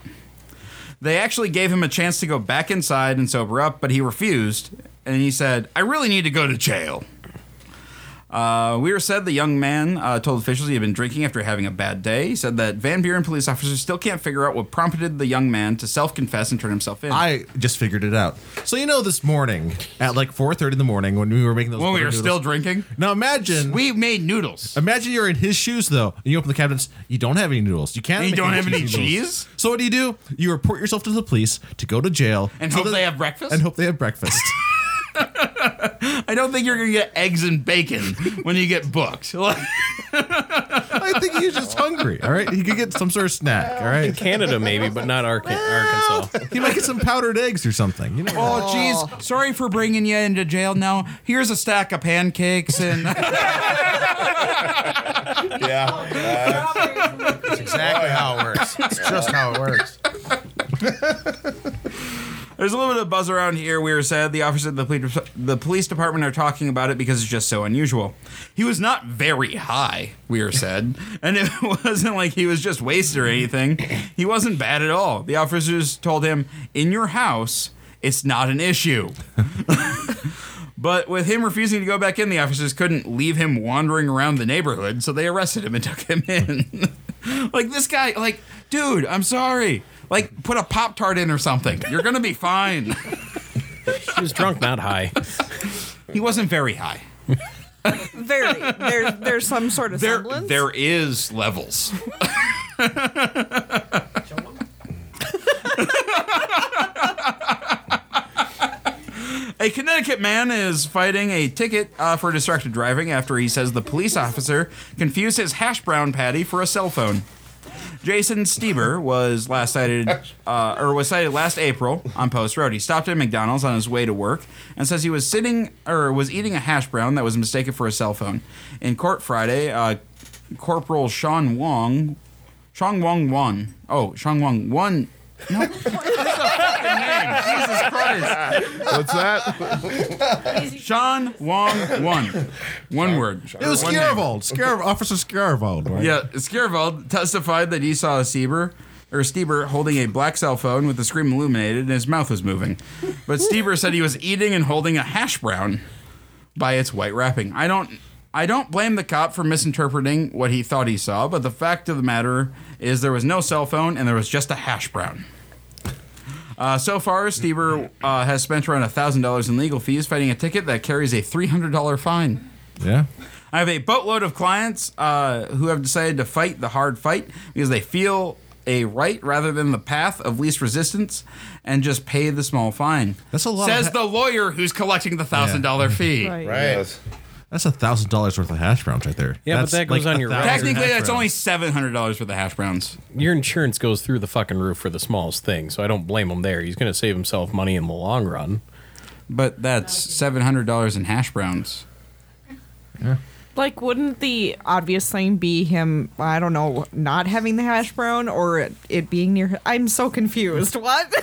They actually gave him a chance to go back inside and sober up, but he refused. And he said, I really need to go to jail. Uh, Weir said the young man uh, told officials he had been drinking after having a bad day. He said that Van Buren police officers still can't figure out what prompted the young man to self confess and turn himself in.
I just figured it out. So you know, this morning at like 4:30 in the morning when we were making those
when we
butter
were
noodles-
still drinking,
now imagine
we made noodles.
imagine you're in his shoes though, and you open the cabinets. You don't have any noodles. You can't.
And you
make
don't have any
noodles.
cheese?
So what do you do? You report yourself to the police to go to jail
And
so
hope
that-
they have breakfast?
and hope they have breakfast.
I don't think you're going to get eggs and bacon when you get booked. Like-
I think he's just hungry. All right, he could get some sort of snack. All right,
Canada, maybe, but not Arca- Arkansas.
he might get some powdered eggs or something. You know.
Oh, jeez. Sorry for bringing you into jail now. Here's a stack of pancakes and.
yeah.
Oh, That's exactly how it works. It's just how it works.
There's a little bit of buzz around here. We were said the officers of the police, the police department are talking about it because it's just so unusual. He was not very high, we were said, and it wasn't like he was just wasted or anything. He wasn't bad at all. The officers told him, "In your house, it's not an issue." But with him refusing to go back in, the officers couldn't leave him wandering around the neighborhood, so they arrested him and took him in. like this guy, like, dude, I'm sorry. Like, put a Pop Tart in or something. You're gonna be fine.
She was drunk, not high.
he wasn't very high.
Very. There, there's some sort of
There
semblance.
there is levels. A Connecticut man is fighting a ticket uh, for distracted driving after he says the police officer confused his hash brown patty for a cell phone. Jason Stieber was last cited, uh, or was cited last April on Post Road. He stopped at McDonald's on his way to work and says he was sitting or was eating a hash brown that was mistaken for a cell phone. In court Friday, uh, Corporal Sean Wong, Sean Wong Won, oh Sean Wong Won, no, what's the fucking name? Jesus Christ.
What's that?
Sean Wong One. One word.
It was
One name.
Scaravold. Scar- Officer Scaravold, right?
Yeah, Scarvald testified that he saw Stieber or Stieber holding a black cell phone with the screen illuminated and his mouth was moving. But Stieber said he was eating and holding a hash brown by its white wrapping. I don't I don't blame the cop for misinterpreting what he thought he saw, but the fact of the matter is there was no cell phone and there was just a hash brown. Uh, so far, Stieber uh, has spent around $1,000 in legal fees fighting a ticket that carries a $300 fine.
Yeah.
I have a boatload of clients uh, who have decided to fight the hard fight because they feel a right rather than the path of least resistance and just pay the small fine.
That's a lot of
Says
ha-
the lawyer who's collecting the $1,000 fee.
Right.
Right.
That's a thousand dollars worth of hash browns right there.
Yeah, but
That's
that goes on
a
your
thousand
record.
Technically,
hash
that's
browns.
only $700 for the hash browns.
Your insurance goes through the fucking roof for the smallest thing, so I don't blame him there. He's going to save himself money in the long run.
But that's $700 in hash browns.
Like, wouldn't the obvious thing be him? I don't know, not having the hash brown or it, it being near. I'm so confused. What?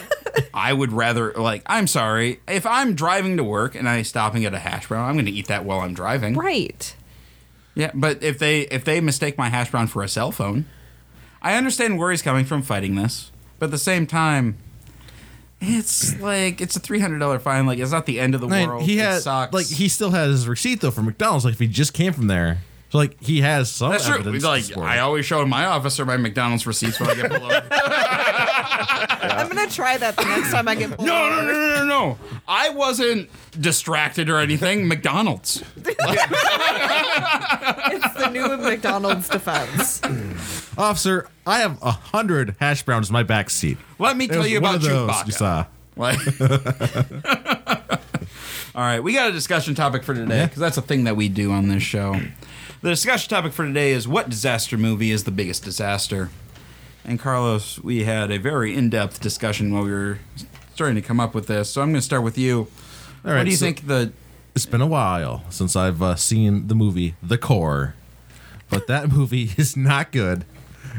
I would rather, like, I'm sorry. If I'm driving to work and I'm stopping at a hash brown, I'm going to eat that while I'm driving.
right.
Yeah, but if they if they mistake my hash brown for a cell phone, I understand where he's coming from fighting this, but at the same time, it's like it's a three hundred dollar fine. Like it's not the end of the
Man,
world.
he
It
had
sucks.
like he still has his receipt though from McDonald's. Like if he just came from there, so like he has some.
That's true.
evidence to
Like
support
I
it.
always show my officer my McDonald's receipts when I get below.
I'm gonna try that the next time I get. Pulled
no,
over.
no, no, no, no, no. I wasn't distracted or anything. McDonald's.
It's the new McDonald's defense.
officer, I have a hundred hash browns in my back seat.
Let me
It
tell
was
you
one
about
of those Uh,
Chewbacca.
you saw.
Like, all right, we got a discussion topic for today because that's a thing that we do on this show. The discussion topic for today is what disaster movie is the biggest disaster? And Carlos, we had a very in-depth discussion while we were starting to come up with this. So I'm going to start with you.
All
what do you
so
think the
It's been a while since I've uh, seen the movie The Core, but that movie is not good.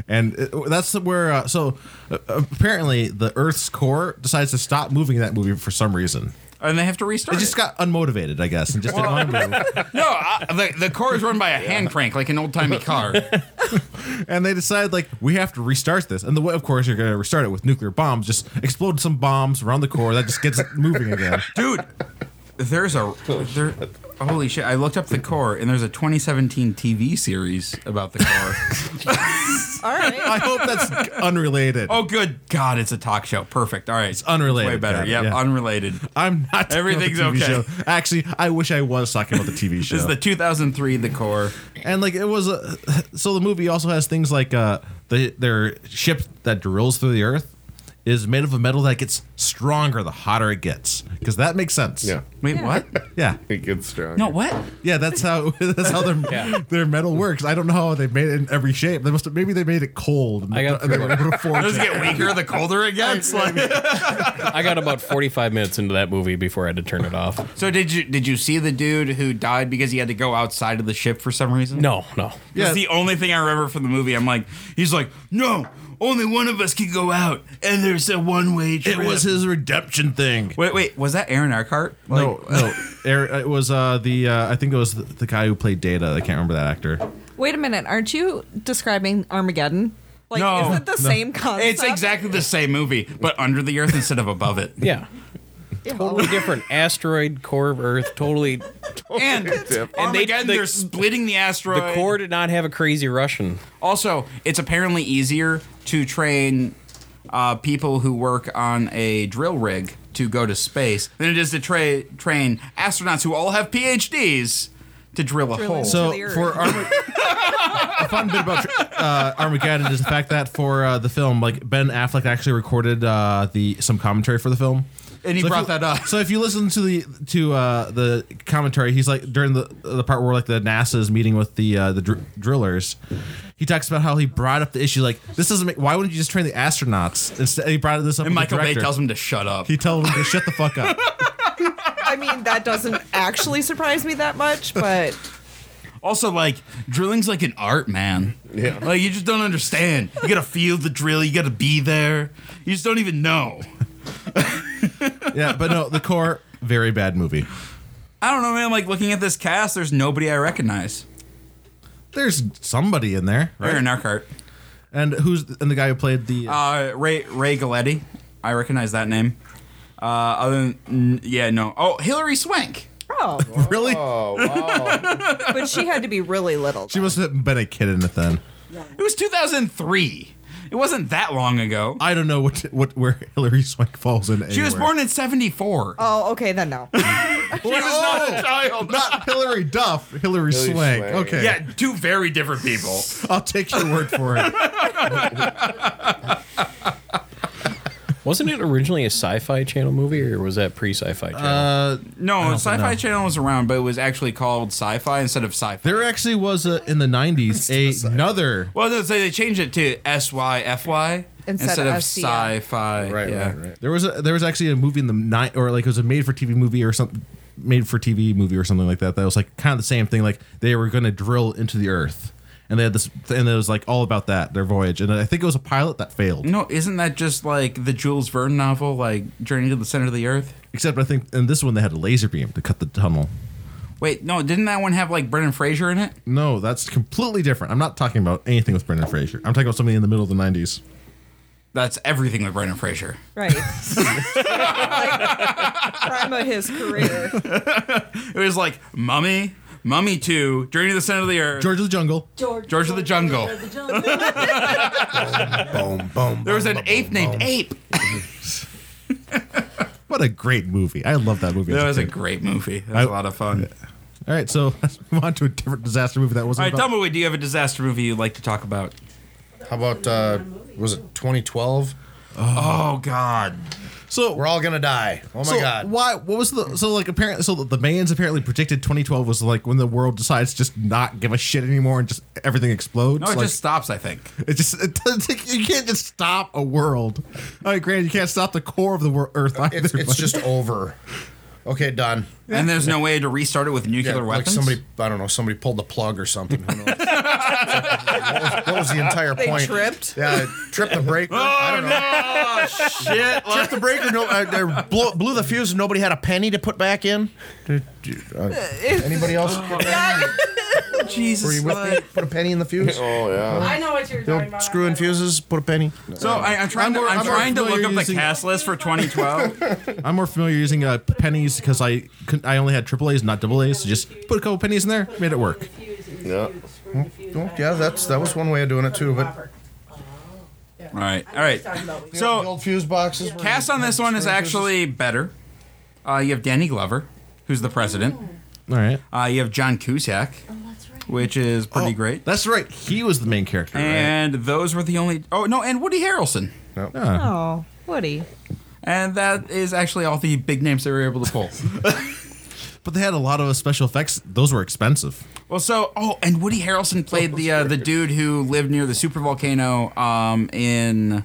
And uh, that's where, uh, so uh, apparently the Earth's core decides to stop moving that movie for some reason.
and they have to restart.
It just
it.
got unmotivated, I guess, and just didn't want to move.
no. I, the the car is run by a hand crank like an old timey car.
and they decided like we have to restart this and the way of course you're going to restart it with nuclear bombs just explode some bombs around the core that just gets it moving again
dude there's a there holy shit i looked up the core and there's a 2017 tv series about the core
All right.
i hope that's unrelated
oh good god it's a talk show perfect all right it's
unrelated,
way better
got it,
yep
yeah.
unrelated
i'm not talking
Everything's
about the TV
okay.
show. actually i wish i was talking about the tv show
this is the 2003 the core
and like it was a, so the movie also has things like uh the, their ship that drills through the earth is made of a metal that gets stronger the hotter it gets because that makes sense
Yeah.
wait what
yeah
It gets strong.
no what
Yeah, that's how that's how their their metal works. I don't know how they made it in every shape. They must have, maybe they made it cold. And
I got
and they were able to forge
does
it.
it get weaker the colder it gets like
I got about 45 minutes into that movie before I had to turn it off.
so did you did you see the dude who died because he had to go outside of the ship for some reason
No, no.
That's
Yeah.
the only thing I remember from the movie. I'm like, he's like, no, only one of us can go out, and there's a one-way
It was his redemption thing.
Wait, wait, was that Aaron Eckhart?
No, no. Eric- It was uh, the uh, I think it was the, the guy who played Data. I can't remember that actor.
Wait a minute, aren't you describing Armageddon? Like,
No.
is it the same concept?
It's exactly the same movie, but under the earth instead of above it.
Yeah. Totally different. Asteroid, core of Earth, totally.
And, and they,
the-
are splitting the asteroid.
The core did not have a crazy Russian.
Also, it's apparently easier to train uh, people who work on a drill rig to go to space than it is to tra- train astronauts who all have PhDs to drill a
Drill
hole.
into
So
the earth.
for Arma- a fun bit about uh, Armageddon is the fact that for uh, the film, like Ben Affleck actually recorded uh, the some commentary for the film,
And he
if
brought
you-
that up.
So if you listen to the to uh, the commentary, he's like during the the part where like the NASA is meeting with the uh, the dr- drillers. He talks about how he brought up the issue, like this doesn't make. Why wouldn't you just train the astronauts? Instead, he brought this up.
and
with
Michael
the
Bay
director.
tells him to shut up.
He told him to shut the fuck up.
I mean, that doesn't actually surprise me that much, but
Also, like drilling's like an art, man.
Yeah.
Like you just don't understand. You gotta feel the drill. You gotta be there. You just don't even know.
yeah, but no, the core very bad movie.
I don't know, man. Like looking at this cast, there's nobody I recognize.
There's somebody in there, right?
Aaron Eckhart,
And who's and the guy who played the
uh, Ray Ray Galletti. I recognize that name. Uh, other than n- yeah, no. Oh, Hillary Swank.
oh,
uh, really?
Oh, wow.
but she had to be really little.
She must have been a kid in it then.
It was 2003. It wasn't that long ago.
I don't know what what where Hillary Swank falls in.
She was born in 74.
Oh, okay, then no.
she was not a child.
not Hillary Duff, Hillary, Swank.
Swank.
Okay,
Yeah, two very different people.
I'll take your word for it.
Wasn't it originally a sci-fi channel movie, or was that pre-sci-fi channel?
No, Sci-Fi
know.
Channel was around, but it was actually called Sci-Fi instead of Sci-Fi.
there actually was a, in the '90s a- another.
Well, they, they changed it to S Y F Y
Instead
instead
of
of
SCI.
sci-fi.
Right,
yeah.
right, right.
There was a, there was actually a movie in the night or like it was a made for TV movie or something made for TV movie or something like that. That was like kind of the same thing. Like they were going to drill into the Earth, and they had this and it was like all about that their voyage. And I think it was a pilot that failed.
No, isn't that just like the Jules Verne novel, like Journey to the Center of the Earth?
Except I think in this one they had a laser beam to cut the tunnel.
Wait, no, didn't that one have like Brendan Fraser in it?
No, that's completely different. I'm not talking about anything with Brendan Fraser. I'm talking about something in the middle of the 90s.
That's everything with Brendan Fraser.
Right. like, prime of his career.
It was like Mummy, Mummy Two, Journey to the Center of the Earth.
George of the Jungle.
George,
George of the Jungle.
George of the Jungle.
Boom, boom.
there was an ape named Ape.
What a great movie. I love that movie. as
That was a
kid.
great movie. That was a
I-
lot of fun.
All right, so let's move on to a different disaster movie that
All
wasn't
right,
about-
Dumbledore, do you have a disaster movie you'd like to talk about?
How about uh, was it 2012?
Oh God.
So
We're all gonna die. Oh my
so
god.
Why? What was the so like? Apparently, so the, the man's apparently predicted 2012 was like when the world decides just not give a shit anymore and just everything explodes.
No, it
like,
just stops. I think.
it just it doesn't, you can't just stop a world. All right, granted, you can't stop the core of the world, Earth either.
It's, it's
but-
just over. Okay, done.
And there's no way to restart it with nuclear
like
weapons.
somebody, I don't know, somebody pulled the plug or something. Who knows? what, was, what was the entire
They
point?
tripped?
Yeah, trip the breaker. I don't
Oh
know.
shit!
Trip the breaker. No, I, I blew, blew the fuse and nobody had a penny to put back in. Did you- uh, anybody else? Were
Jesus.
you with me? Put a penny in the fuse.
Oh, yeah.
I know what you're
You
talking
know,
about.
screw in fuses. Put a penny.
So I, I'm trying.
I'm
to,
more-
I'm,
I'm more
trying to look
familiar
up the
using-
cast list for 2012.
I'm more familiar using uh, pennies because I couldn't, I only had triple A's, not double A's. So just put a couple pennies in there, made it work.
Yeah.
Well, yeah, that's that was one way of doing it too. But
all right, all right.
the
So
old fuse boxes. were-
cast on this one is actually better. Uh, you have Danny Glover, who's the president.
All right, Oh,
Uh, you have John Cusack, which is pretty great.
that's right. He was the main character.
Uh,
right?
And those were the only. Oh no, and Woody Harrelson.
Oh, Woody.
And that is actually all the big names they were able to pull.
But they had a lot of special effects. Those were expensive.
Well, so oh, and Woody Harrelson played the uh, the dude who lived near the super volcano um, in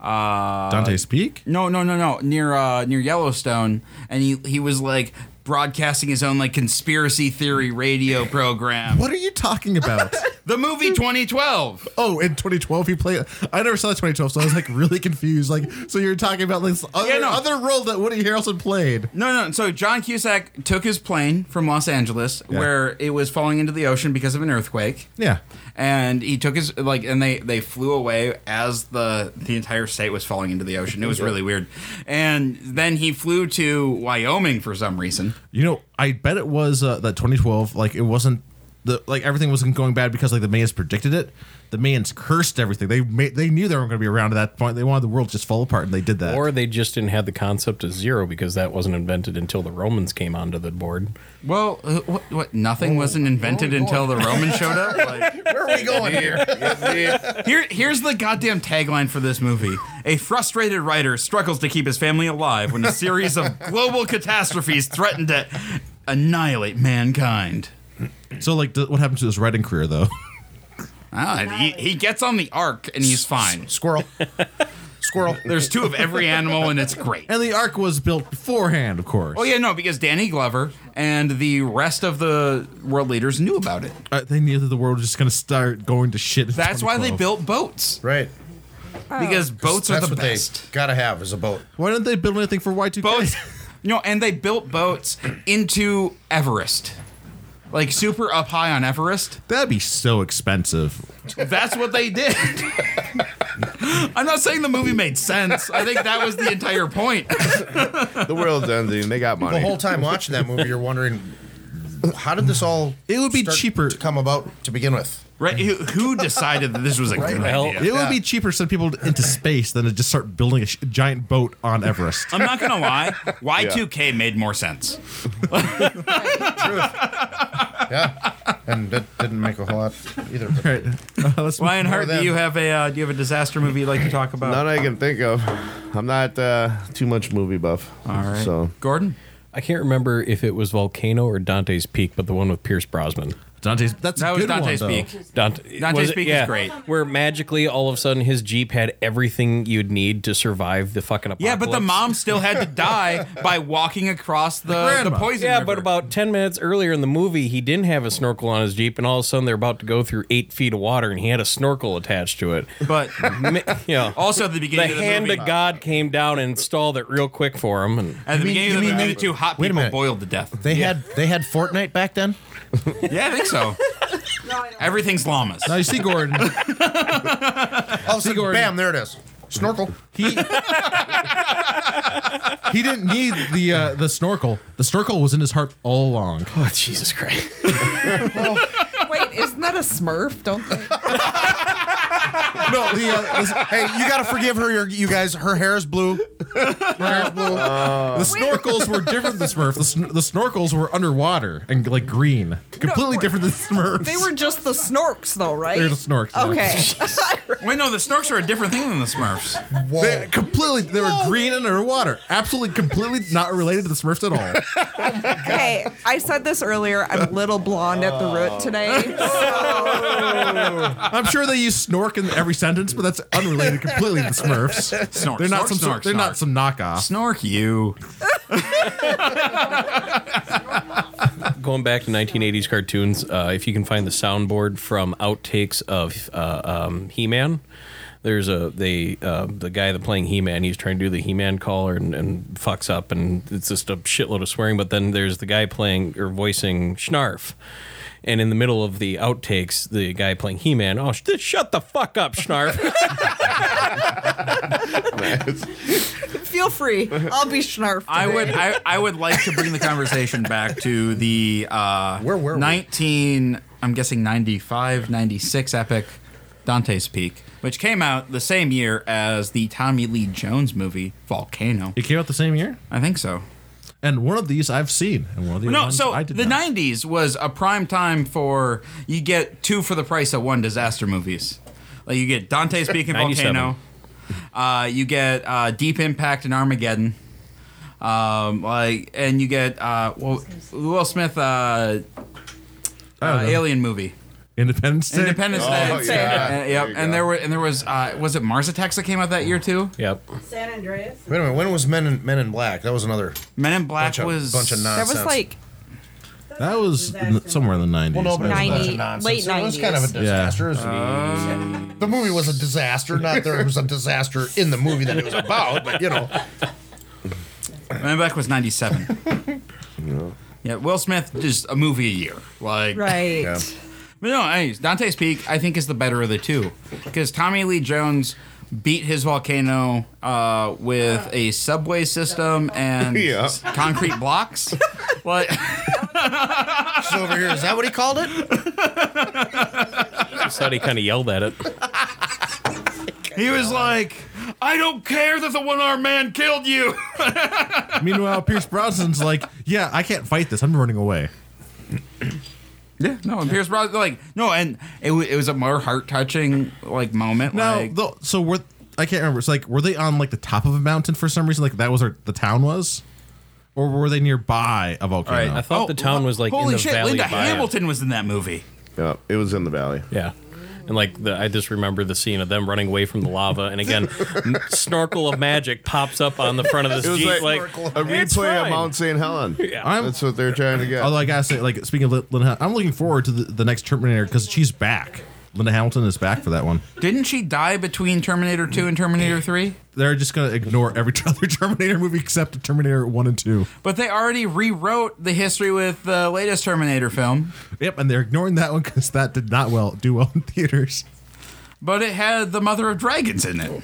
uh,
Dante's Peak.
No, no, no, no, near uh, near Yellowstone, and he he was like broadcasting his own like conspiracy theory radio program.
What are you talking about?
The movie 2012.
Oh, in 2012 he played. I never saw 2012, so I was like really confused. Like, so you're talking about like this other,
Yeah, no.
other role that Woody Harrelson played?
No, no. So John Cusack took his plane from Los Angeles, where it was falling into the ocean because of an earthquake.
Yeah.
And he took his like, and they they flew away as the the entire state was falling into the ocean. It was really weird. And then he flew to Wyoming for some reason.
You know, I bet it was uh, that 2012. Like it wasn't the like everything wasn't going bad because like the Mayans predicted it. The Mayans cursed everything. They made, they knew they weren't going to be around at that point. They wanted the world to just fall apart, and they did that.
Or they just didn't have the concept of zero because that wasn't invented until the Romans came onto the board.
Well, uh, what, what nothing wasn't invented until the Romans showed up. Like,
Oh, Where are we going here?
here, here's the goddamn tagline for this movie: A frustrated writer struggles to keep his family alive when a series of global catastrophes threaten to annihilate mankind.
so like, th- what happened to his writing career though?
Ah, he, he gets on the ark and he's fine.
Squirrel. Squirrel.
There's two of every animal and it's great.
and the Ark was built beforehand, of course.
Oh yeah, no, because Danny Glover and the rest of the world leaders knew about it.
Uh, they knew that the world was just going to start going to shit. in
That's why they
2012.
built boats
Right.
Oh.
because boats are
That's
the
what
best.
they gotta have is a boat.
Why didn't they build anything for Y2K?
Boats, no, and they built boats into Everest, like super up high on Everest.
That'd be so expensive.
That's what they did. I'm not saying the movie made sense. I think that was the entire point.
The world's ending. They got money.
The whole time watching that movie, you're wondering how did this all
It would be
start
cheaper.
to come about to begin with?
Right? Who, who decided that this was a good
Well,
idea?
It
Yeah.
would be cheaper to send people into space than to just start building a sh- giant boat on Everest.
I'm not gonna lie. Y2K made more sense.
Yeah. And that didn't make a whole lot either. but-
Right. Uh, let's move-
Lionheart,
More
do you have a uh, do you have a disaster movie you'd like to talk about?
None I can think of. I'm not uh, too much movie buff.
All right,
So
Gordon.
I can't remember if it was Volcano or Dante's Peak, but the one with Pierce Brosnan.
Dante's. That's
That
a
was
good
Dante's
one, though.
Peak.
Dante,
Dante's
was it-
Peak is
yeah,
great.
Where magically, all of a sudden, his Jeep had everything you'd need to survive the fucking apocalypse.
Yeah, but the mom still had to die by walking across the, the,
grandma.
poison.
Yeah,
river.
but about 10 minutes earlier in the movie, he didn't have a snorkel on his Jeep, and all of a sudden they're about to go through eight feet of water, and he had a snorkel attached to it.
but
Mi- yeah.
also at the
the
beginning of the
hand
movie,
of God came down and installed it real quick for him. And
at the beginning of
you
the
mean
movie,
they-
the two hot
wait a
people
minute.
boiled to death.
They had they had Fortnite back then.
Yeah, I think so. Everything's llamas.
Now you see, Gordon.
All of a sudden, bam! There it is. Snorkel.
He he didn't need the uh, the snorkel. The snorkel was in his heart all along.
oh, Jesus Christ.
Wait, isn't that a Smurf? Don't they?
No, the uh, the,
hey, you gotta forgive her. Your, you guys, her hair is blue. Her hair is blue.
The snorkels were different than Smurf. The, sn- the snorkels were underwater and like green, completely
were-
different than Smurfs.
They were just the snorks, though, right?
They're the snorks, yeah.
Okay.
Wait, no, the Snorks are a different thing than the Smurfs.
Whoa.
They- completely. They were green and underwater. Absolutely, completely not related to the Smurfs at all.
Hey, I said this earlier. I'm a little blonde at the root today.
Oh.
So
I'm sure they use snork in every sentence, but that's unrelated completely to the Smurfs.
Snork,
They're not
snork,
some.
snork,
they're
snork.
not some knockoff.
Snork you.
Going back to 1980s cartoons, uh, if you can find the soundboard from outtakes of uh, um, He-Man, there's a they uh, the guy that playing He-Man. He's trying to do the He-Man caller and, and fucks up, and it's just a shitload of swearing. But then there's the guy playing or voicing Schnarf. And in the middle of the outtakes, the guy playing He-Man, oh, sh- shut the fuck up, Schnarf.
feel free. I'll be snarf.
I
today.
would I, I would like to bring the conversation back to the uh
Where were we?
19 I'm guessing 95 96 epic Dante's Peak which came out the same year as the Tommy Lee Jones movie Volcano.
It came out the same year,
I think so.
and one of these I've seen, and one of the
No,
ones
so
I did
the
not.
90s was a prime time for you get two for the price of one disaster movies. Like you get Dante's Peak and
97.
Volcano. Uh, you get uh, Deep Impact and Armageddon. Um, like and you get uh, Will, Will Smith uh, uh, alien movie.
Independence Day.
Independence Day.
Oh, yeah.
Uh,
There
yep.
you
And
go.
there were and there was uh, was it Mars Attacks that came out that year too?
yep.
San Andreas.
Wait a minute. When was Men in Men in Black? That was another
Men in Black
bunch of,
was
bunch of nonsense.
That was like
That was in the- somewhere in the 90s.
Well, no, but it was a bunch
90
of nonsense.
late
so It was kind of a
90s.
disaster. It was- the movie was a disaster. Not there was a disaster in the movie that it was about, but you know.
Man Back was 97. Yeah, Will Smith is a movie a year. Like,
Right.
Yeah.
But no, anyways, Dante's Peak, I think, is the better of the two. Because Tommy Lee Jones beat his volcano uh, with a subway system and
Yeah.
concrete blocks. Like,
So over here, is that what he called it?
I thought he kind of yelled at it.
he was like, I don't care that the one armed man killed you.
Meanwhile, Pierce Brosnan's like, yeah, I can't fight this. I'm running away.
Yeah, no, and Pierce Brosnan, like, no, and it, wa- it was a more heart touching, like, moment.
Now,
like,
though, so were I can't remember. It's like were they on like the top of a mountain for some reason? Like that was our the town was, or were they nearby a volcano?
I thought the town was like
Oh, holy
in the
shit,
valley.
Linda
by it.
Hamilton was in that movie.
Yeah, it was in the valley.
Yeah. And like the, I just remember the scene of them running away from the lava, and again, n- snorkel of magic pops up on the front of this
It was
jeep. Like,
like, a
"It's
replay of
fine."
Mount St. Helen.
I'm-
That's what they're trying to get.
Although I gotta say, like speaking of Lin- Linda, Ham- I'm looking forward to the, the next Terminator because she's back. Linda Hamilton is back for that one.
Didn't she die between Terminator 2 and Terminator 3?
They're just gonna ignore every other Terminator movie except Terminator One and Two.
But they already rewrote the history with the latest Terminator film.
Yep, and they're ignoring that one because that did not well do well in theaters.
But it had the Mother of Dragons in it.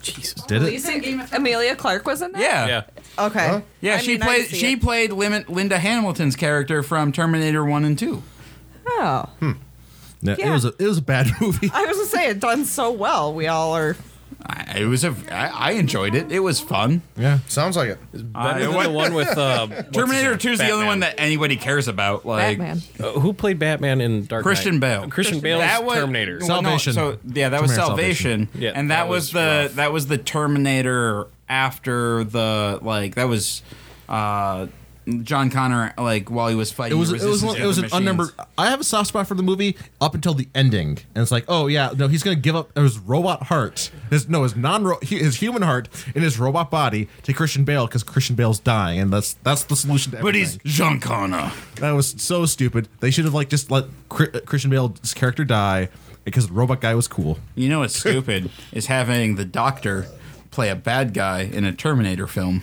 Jesus.
Did
You
it?
think Amelia Clark was in that?
Yeah.
Yeah.
Okay.
Yeah,
I
she
mean, I
played
see
she
it.
played Lim- Linda Hamilton's character from Terminator 1 and 2.
Oh.
Hmm.
No, It
Yeah.
was a it was a bad movie.
I was gonna say it done so well. We all are.
I, it was a I, I enjoyed it. It was fun.
Yeah,
Sounds like it.
Better than the one with uh, what's his
Terminator
name?
2 is the only
Batman.
one that anybody cares about like
Batman.
Uh, who played Batman in Dark
Christian
Knight?
Bale.
Christian Bale's
That was-
Terminator.
well, no,
Salvation.
so yeah, that was
Terminator
Salvation.
Yeah,
and that,
that
was,
was
the
rough.
that was the Terminator after the like that was uh John Connor like while he was fighting.
it was
the
it was
resistance
one, it
to
was
the
an
machines.
unnumbered. I have a soft spot for the movie up until the ending, and it's like, oh yeah, no, he's gonna give up his robot heart, his no, his non his human heart and his robot body to Christian Bale because Christian Bale's dying, and that's that's the solution. to
But
everything.
he's John Connor.
that was so stupid. They should have like just let Chri- Christian Bale's character die because the robot guy was cool.
You know what's stupid is having the Doctor play a bad guy in a Terminator film.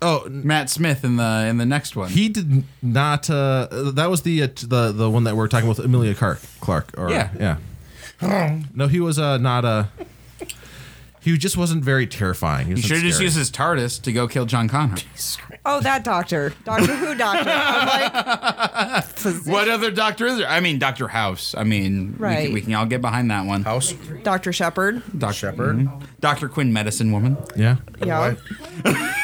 Oh, n-
Matt Smith in the in the next one.
he did not. Uh, that was the uh, t- the the one that we are talking with Amelia Clark. Clark. Or,
Yeah.
yeah. No, he was uh, not a. He just wasn't very terrifying. He
he
wasn't
should have just
scary.
used his TARDIS to go kill John Connor.
Oh, that doctor, Doctor Who doctor. I'm like,
what other doctor is there? I mean, Doctor House. I mean, we,
Right.
can, we can all get behind that one.
House
Doctor Shepard.
Doctor
Shepherd.
Mm-hmm.
Doctor Quinn, medicine woman.
Yeah.
Yeah.
The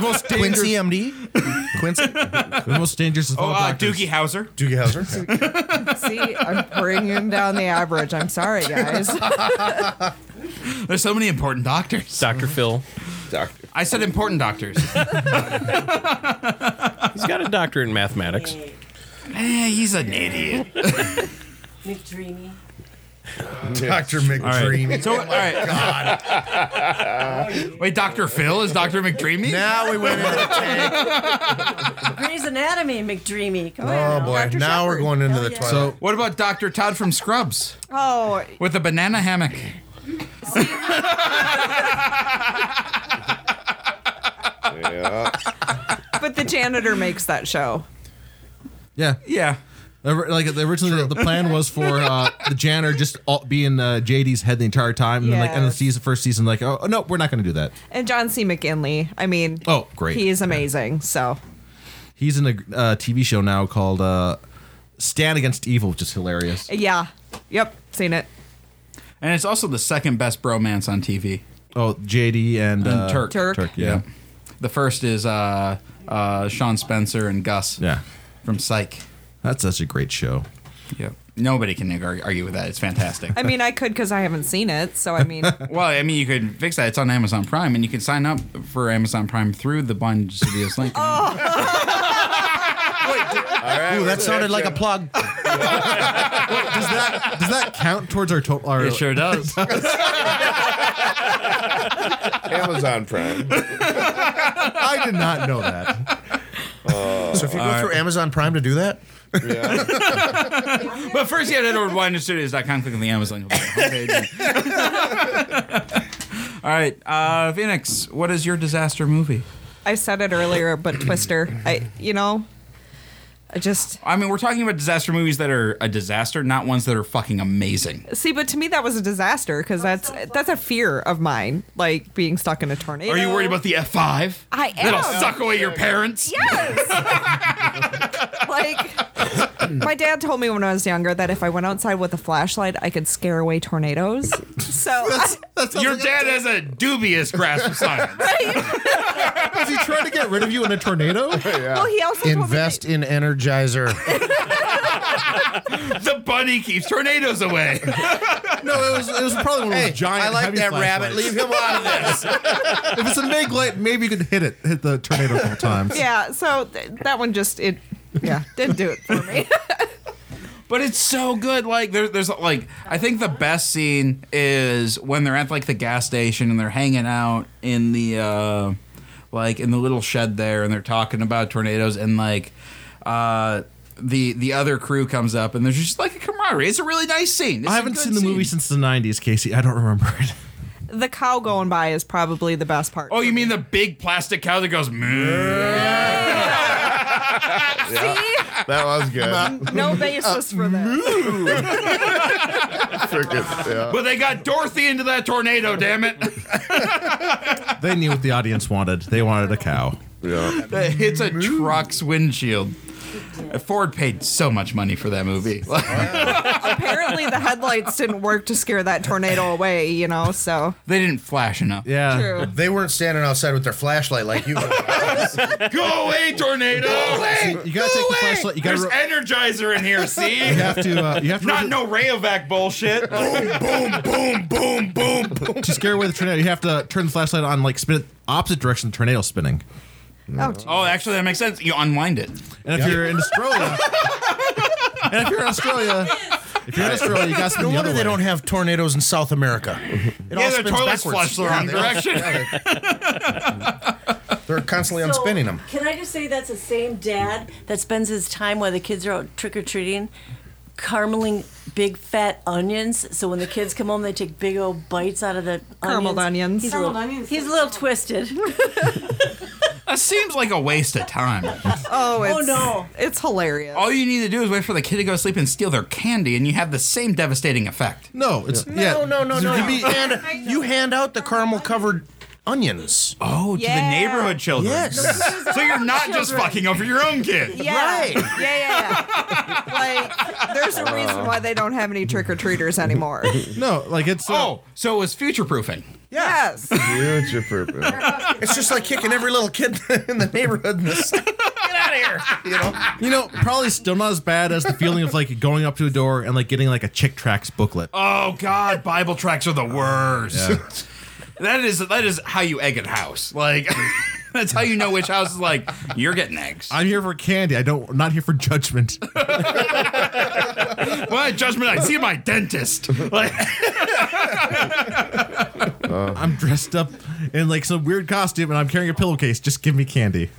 most dangerous.
Quincy MD. Quincy.
the most dangerous of
Oh,
all
uh,
doctors.
Doogie Howser.
Doogie Howser.
See, I'm bringing down the average. I'm sorry, guys.
There's so many important doctors.
Doctor Phil.
I said important doctors.
He's got a doctorate in mathematics.
eh, he's an idiot.
McDreamy.
Dr. McDreamy.
So, all right. Wait, Doctor Phil is Doctor McDreamy?
Now we went into the tank.
Grey's Anatomy, McDreamy. Come
Oh
on.
boy.
Dr.
Now we're
Shepard.
going into the
yeah.
twilight.
So
What about Doctor Todd from Scrubs
Oh,
with a banana hammock?
but the janitor makes that show.
yeah,
Yeah.
Or- like the- originally the, the plan was for uh, the janitor just all, be in uh, JD's head the entire time, and then like end of the
Yes.
season, first season, like oh no, we're not going to do that.
And John C. McKinley. I mean,
Oh, great.
He is amazing. So
He's in a uh, TV show now called uh, Stand Against Evil, which is hilarious.
yeah, yep, seen it.
And it's also the second best bromance on TV.
Oh, JD and, uh,
Turk.
Turk.
Turk, yeah.
The first is uh, uh, Sean Spencer and Gus
Yeah.
from Psych.
That's such a great show.
Yeah. Nobody can argue argue with that. It's fantastic.
I mean, I could because I haven't seen it. So I mean,
Well, I mean, you could fix that. It's on Amazon Prime, and you can sign up for Amazon Prime through the Blind Studios link.
Oh.
Ooh, that sounded like a plug.
Does that does that count towards our total? Our,
It sure does.
Amazon Prime.
I did not know that.
So if you go through Amazon Prime to do that,
But first, you have to head over to blindnewstudios.com, click on the Amazon you'll be on the homepage. All right, uh, Phoenix, what is your disaster movie?
I said it earlier, but Twister. I, you know, I just
I mean, we're talking about disaster movies that are a disaster, not ones that are fucking amazing.
see. But to me, that was a disaster because that's that's a fear of mine, like being stuck in a tornado.
Are you worried about the F five?
I am.
That'll suck away your parents.
Yes. like my dad told me when I was younger that if I went outside with a flashlight, I could scare away tornadoes. So I,
Your dad has a dubious grasp of science.
Is he trying to get rid of you in a tornado?
well, he also told me
invest in Energizer.
the bunny keeps tornadoes away.
No, it was it was probably one of those giant. heavy flashlights.
him out of this.
If it's a big light, maybe you could hit it, hit the tornado a couple times.
yeah. So th- that one just it, yeah, didn't do it for me.
But it's so good. Like there, there's like I think the best scene is when they're at like the gas station and they're hanging out in the uh like in the little shed there and they're talking about tornadoes and like uh the the other crew comes up and there's just like a camaraderie. It's a really nice scene. It's
I
a
haven't
good
seen the movie
scene.
since the '90s, Casey. I don't remember it.
the cow going by is probably the best part.
Oh, you mean the big plastic cow that goes? "Moo."
see?
That was good.
No basis for that.
Frickin', yeah.
But they got Dorothy into that tornado. Damn it!
They knew what the audience wanted. They wanted a cow.
Yeah.
That hits a truck's windshield. Ford paid so much money for that movie.
Apparently, the headlights didn't work to scare that tornado away. You know, so
they didn't flash enough.
Yeah.
true.
They weren't standing outside with their flashlight like you.
Go away, tornado!
You gotta take the flashlight. You gotta.
There's
ro-
Energizer in here, see?
you have to. Uh, you have to.
Not no Rayovac bullshit.
boom, boom, boom, boom, boom.
to scare away the tornado, you have to turn the flashlight on, like spin it opposite direction. The tornado spinning,
Oh, gee.
oh, actually, that makes sense. You unwind it.
and if you're in Australia, and if you're in Australia, if you're in Australia, you got to spin
No
the
wonder
other
they
way.
don't have tornadoes in South America. It
Yeah,
all
their
spins
toilets
backwards.
flush the wrong
they all-
direction.
yeah, they- they're constantly
So,
unspinning them.
Can I just say that's the same dad that spends his time while the kids are out trick or treating, carameling big fat onions. So when the kids come home, they take big old bites out of the
Carameled onions.
He's a little, he's a little twisted.
That seems like a waste of time.
oh, it's,
no.
it's hilarious.
All you need to do is wait for the kid to go to sleep and steal their candy, and you have the same devastating effect.
No, it's yeah.
No, no, no, no.
You'd be-
You hand, you hand out the caramel covered onions.
Oh, to the
Yeah.
neighborhood children.
Yes.
So you're not just fucking over your own kid.
yeah.
Right.
yeah, yeah, yeah. Like, there's a reason why they don't have any trick or treaters anymore.
no, like it's. Uh,
Oh, so it was future proofing.
Yes.
Future purpose.
It's just like kicking every little kid in the neighborhood in the stomach. Get out of here. You know?
You know, probably still not as bad as the feeling of like going up to a door and like getting like a chick tracks booklet.
Oh God, Bible tracks are the worst. that is that is how you egg a house. Like that's how you know which house is like you're getting eggs.
I'm here for candy. I don't. I'm not here for judgment.
My judgment, I see my dentist. Like
I'm dressed up in like some weird costume and I'm carrying a pillowcase. Just give me candy.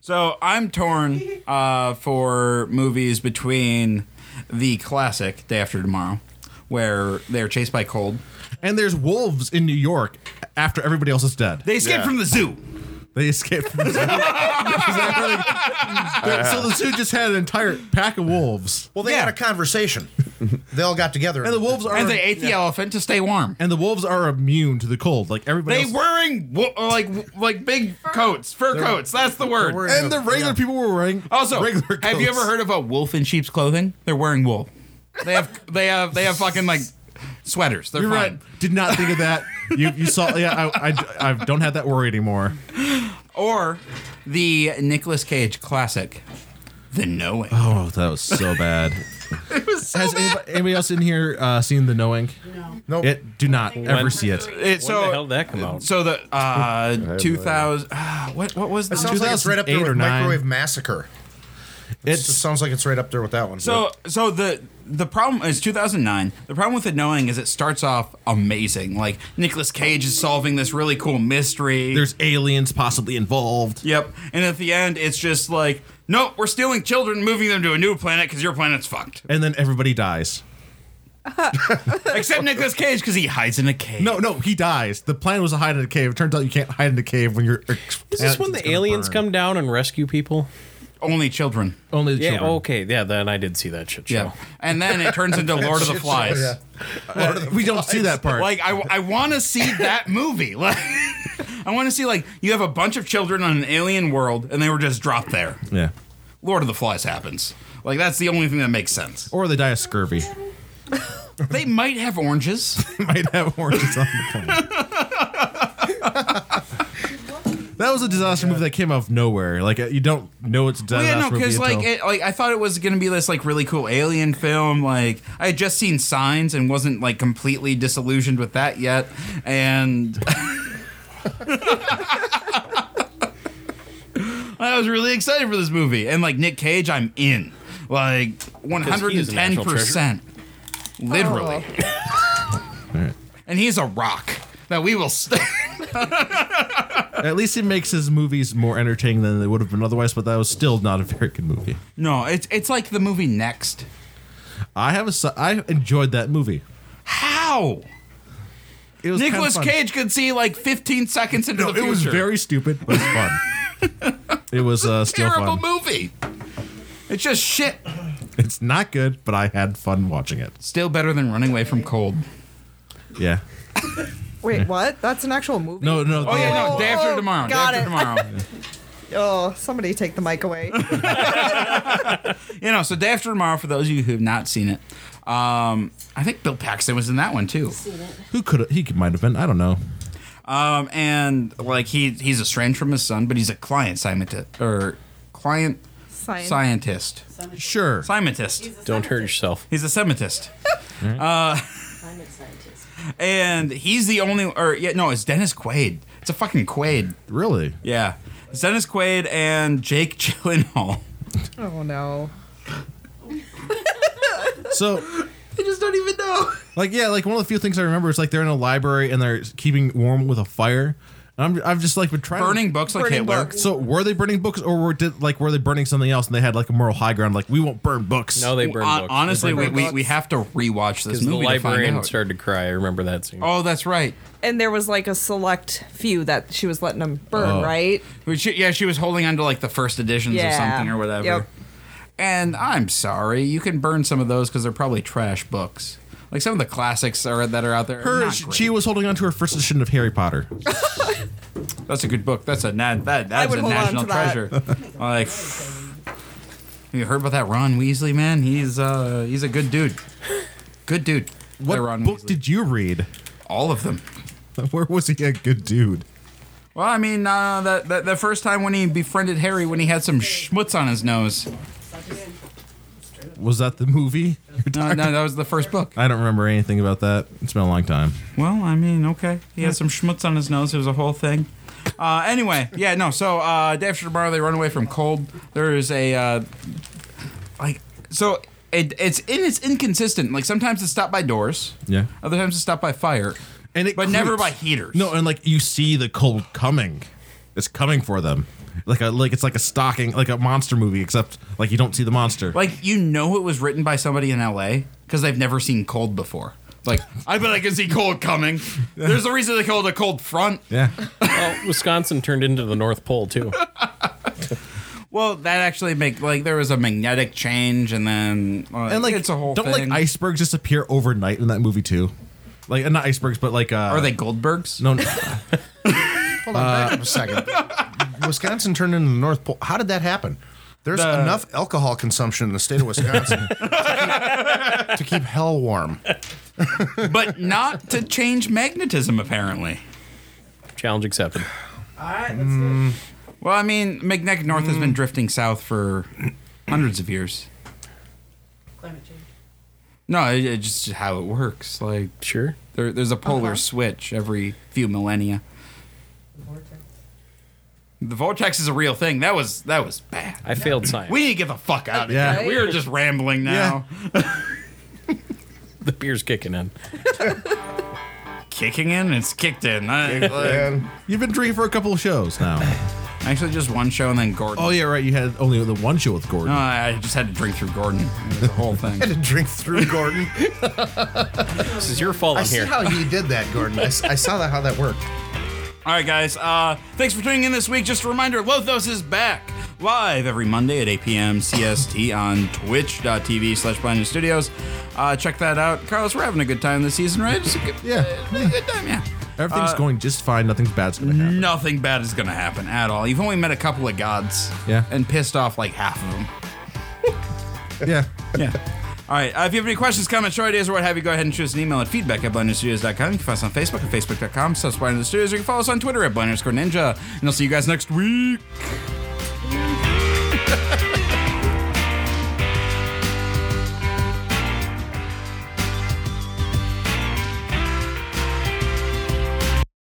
so, I'm torn uh, for movies between the classic Day After Tomorrow, where they're chased by cold.
And there's wolves in New York after everybody else is dead.
They escape from the zoo.
They escaped from the zoo. Exactly. They- So the zoo just had an entire pack of wolves.
Well, they
Yeah.
had a conversation. They all got together.
And the wolves are
And they ate the elephant to stay warm.
and the wolves are immune to the cold. Like everybody
They
else.
wearing wo- like like big coats, fur coats. That's the word.
wearing-
and the regular people were wearing
Also,
regular coats.
have you ever heard of a wolf in sheep's clothing? They're wearing wool. They have they have they have fucking like sweaters. They're
You're
fine.
right. Did not think of that. You, you saw yeah, I, I, I don't have that worry anymore.
Or the Nicolas Cage classic, The Knowing.
Oh, that was so bad. Has anybody, anybody else in here uh, seen The Knowing? No.
Nope.
It do not ever see it.
It-
When the hell
so
did that come out?
so the uh, two thousand uh, what what was the
Sounds like it's right up there
2008 or
with
9.
Microwave Massacre. It sounds like it's right up there with that one.
So so the the problem is 2009. The problem with it knowing is it starts off amazing. Like Nicolas Cage is solving this really cool mystery.
There's aliens possibly involved.
yep. And at the end it's just like, "Nope, we're stealing children, and moving them to a new planet cuz your planet's fucked."
And then everybody dies.
Except Nicolas Cage cuz he hides in a cave.
No, no, he dies. The plan was to hide in a cave. It turns out you can't hide in a cave when you're.
Is this when the aliens come down and rescue people?
Only children.
Only the
Yeah,
children.
okay. Yeah, then I did see that shit show.
Yeah. And then it turns into Lord of the Flies.
Yeah.
we don't see that part.
Like I, I want to see that movie. Like I want to see like you have a bunch of children on an alien world and they were just dropped there.
yeah.
Lord of the Flies happens. Like that's the only thing that makes sense.
Or they die of scurvy.
They might have oranges.
might have oranges on the planet. that was a disaster movie that came out of nowhere. Like uh, you don't know it's a
Well,
disaster
yeah, no,
movie
because like
until-
it, like I thought it was gonna be this like really cool alien film. Like I had just seen Signs and wasn't like completely disillusioned with that yet. And I was really excited for this movie. And like Nick Cage, I'm in. Like one hundred and
he's a
ten
national treasure. Oh.
percent. Literally. and he's a rock. That we will st-
at least it makes his movies more entertaining than they would have been otherwise. But that was still not a very good movie.
No, it's it's like the movie next.
I have a s- I enjoyed that movie.
How?
It was kinda
Nicholas
fun.
Cage could see like 15 seconds into
No,
the future.
it was very stupid, but it's fun. it was uh, still
terrible
fun.
movie. It's just shit.
It's not good, but I had fun watching it.
Still better than running away from cold.
Yeah.
Wait, what? That's an actual movie.
No, no.
Oh yeah, no,
Oh,
day after tomorrow. Day
got
after
it.
tomorrow.
Oh, somebody take the mic away.
you know, so day after tomorrow for those of you who have not seen it. Um, I think Bill Paxton was in that one too.
Who could he could- might have been? I don't know.
Um, and like he he's estranged from his son, but he's a client scientist or client
Science.
scientist.
Sure.
Scientist.
Don't hurt yourself.
He's a semitist.
Climate scientist.
and he's the only or yeah, no, it's Dennis Quaid. It's a fucking Quaid.
Really?
Yeah. It's Dennis Quaid and Jake Gyllenhaal.
Oh no.
So
I just don't even know.
Like yeah, like one of the few things I remember is like they're in a library and they're keeping warm with a fire. And I'm I've just like been trying
Burning books like
Burning
Hitler.
books.
So were they burning books or were did like were they burning something else and they had like a moral high ground like we won't burn books.
No, they burned
Hon-
books.
Honestly,
They
we,
burned
we,
books.
we have to rewatch this
'Cause the
movie to find
librarian
out.
started to cry. I remember that scene.
oh, that's right.
And there was like a select few that she was letting them burn, right?
But she- yeah, she was holding on to like the first editions or
Yeah.
something or whatever.
Yep.
And I'm sorry, you can burn some of those because they're probably trash books. Like some of the classics are, that are out there. are
Her
not
she,
great.
she was holding on to her first edition of Harry Potter.
That's a good book. That's a na- that that's
would
a
hold on
national
to that.
treasure. like you heard about that Ron Weasley man? He's uh he's a good dude. Good dude.
What
That Ron
book
Weasley.
did you read?
all of them?
Where was he a good dude?
Well, I mean, uh, that, that that first time when he befriended Harry when he had some schmutz on his nose.
Was that the movie?
No, no, that was the first book.
I don't remember anything about that. It's been a long time.
Well, I mean, okay. He had some schmutz on his nose. It was a whole thing. Uh, anyway, yeah, no. So uh, day after tomorrow, they run away from cold. There is a uh, like so it, it's in it's inconsistent. Like sometimes it's stopped by doors.
Yeah.
Other times it's stopped by fire.
And it
but never
creeps.
by heaters.
No, and like you see the cold coming. It's coming for them. Like a like it's like a stalking like a monster movie except like you don't see the monster.
like you know it was written by somebody in L.A. because they've never seen cold before. Like I bet I can see cold coming. There's a reason they call it a cold front.
Yeah.
Well, Wisconsin turned into the North Pole too.
Well, that actually make like there was a magnetic change, and then uh,
And like
it's a whole
don't
thing.
like icebergs just appear overnight in that movie too. Like not icebergs, but like uh
Are they Goldbergs?
no no,
Hold on, back up a second. Wisconsin turned into the North Pole. How did that happen? There's
The-
enough alcohol consumption in the state of Wisconsin to, keep, to keep hell warm.
but not to change magnetism apparently.
Challenge accepted.
Well, I mean, McNeck North has
Hmm.
been drifting south for hundreds of years.
Climate change.
No, it, it's just how it works. Like
Sure.
there, there's a polar switch every few millennia. The vortex is a real thing. That was that was bad.
I failed science.
We need to get the fuck out of
Yeah.
here. We are just rambling now.
the beer's kicking in.
Kicking in, it's kicked in. I-
And
You've been drinking for a couple of shows now.
actually, just one show and then Gordon.
oh yeah, right. You had only the one show with Gordon.
No, I I just had to drink through Gordon. It was a whole thing.
to drink through Gordon.
This is your fault.
I
I'm
see
here.
how you did that, Gordon. I, s- I saw that how that worked.
All right, guys. Uh, thanks for tuning in this week. Just a reminder, Lothos is back live every Monday at 8 p.m. CST on twitch.tv slash Blinded Studios. Uh, check that out. Carlos, we're having a good time this season, right? It's a good,
Yeah.
a good time, yeah.
Everything's
Uh,
going just fine. Nothing's bad's gonna happen.
Nothing bad is going to happen at all. You've only met a couple of gods.
Yeah.
And pissed off like half of them.
Yeah.
Yeah. All right. Uh, if you have any questions, comments, show ideas, or what have you, go ahead and shoot us an email at feedback at blindnerdstudios.com. You can find us on Facebook at facebook.com slash blindnerdstudios. Or you can follow us on Twitter at blindnerdscoreninja. And I'll see you guys next week.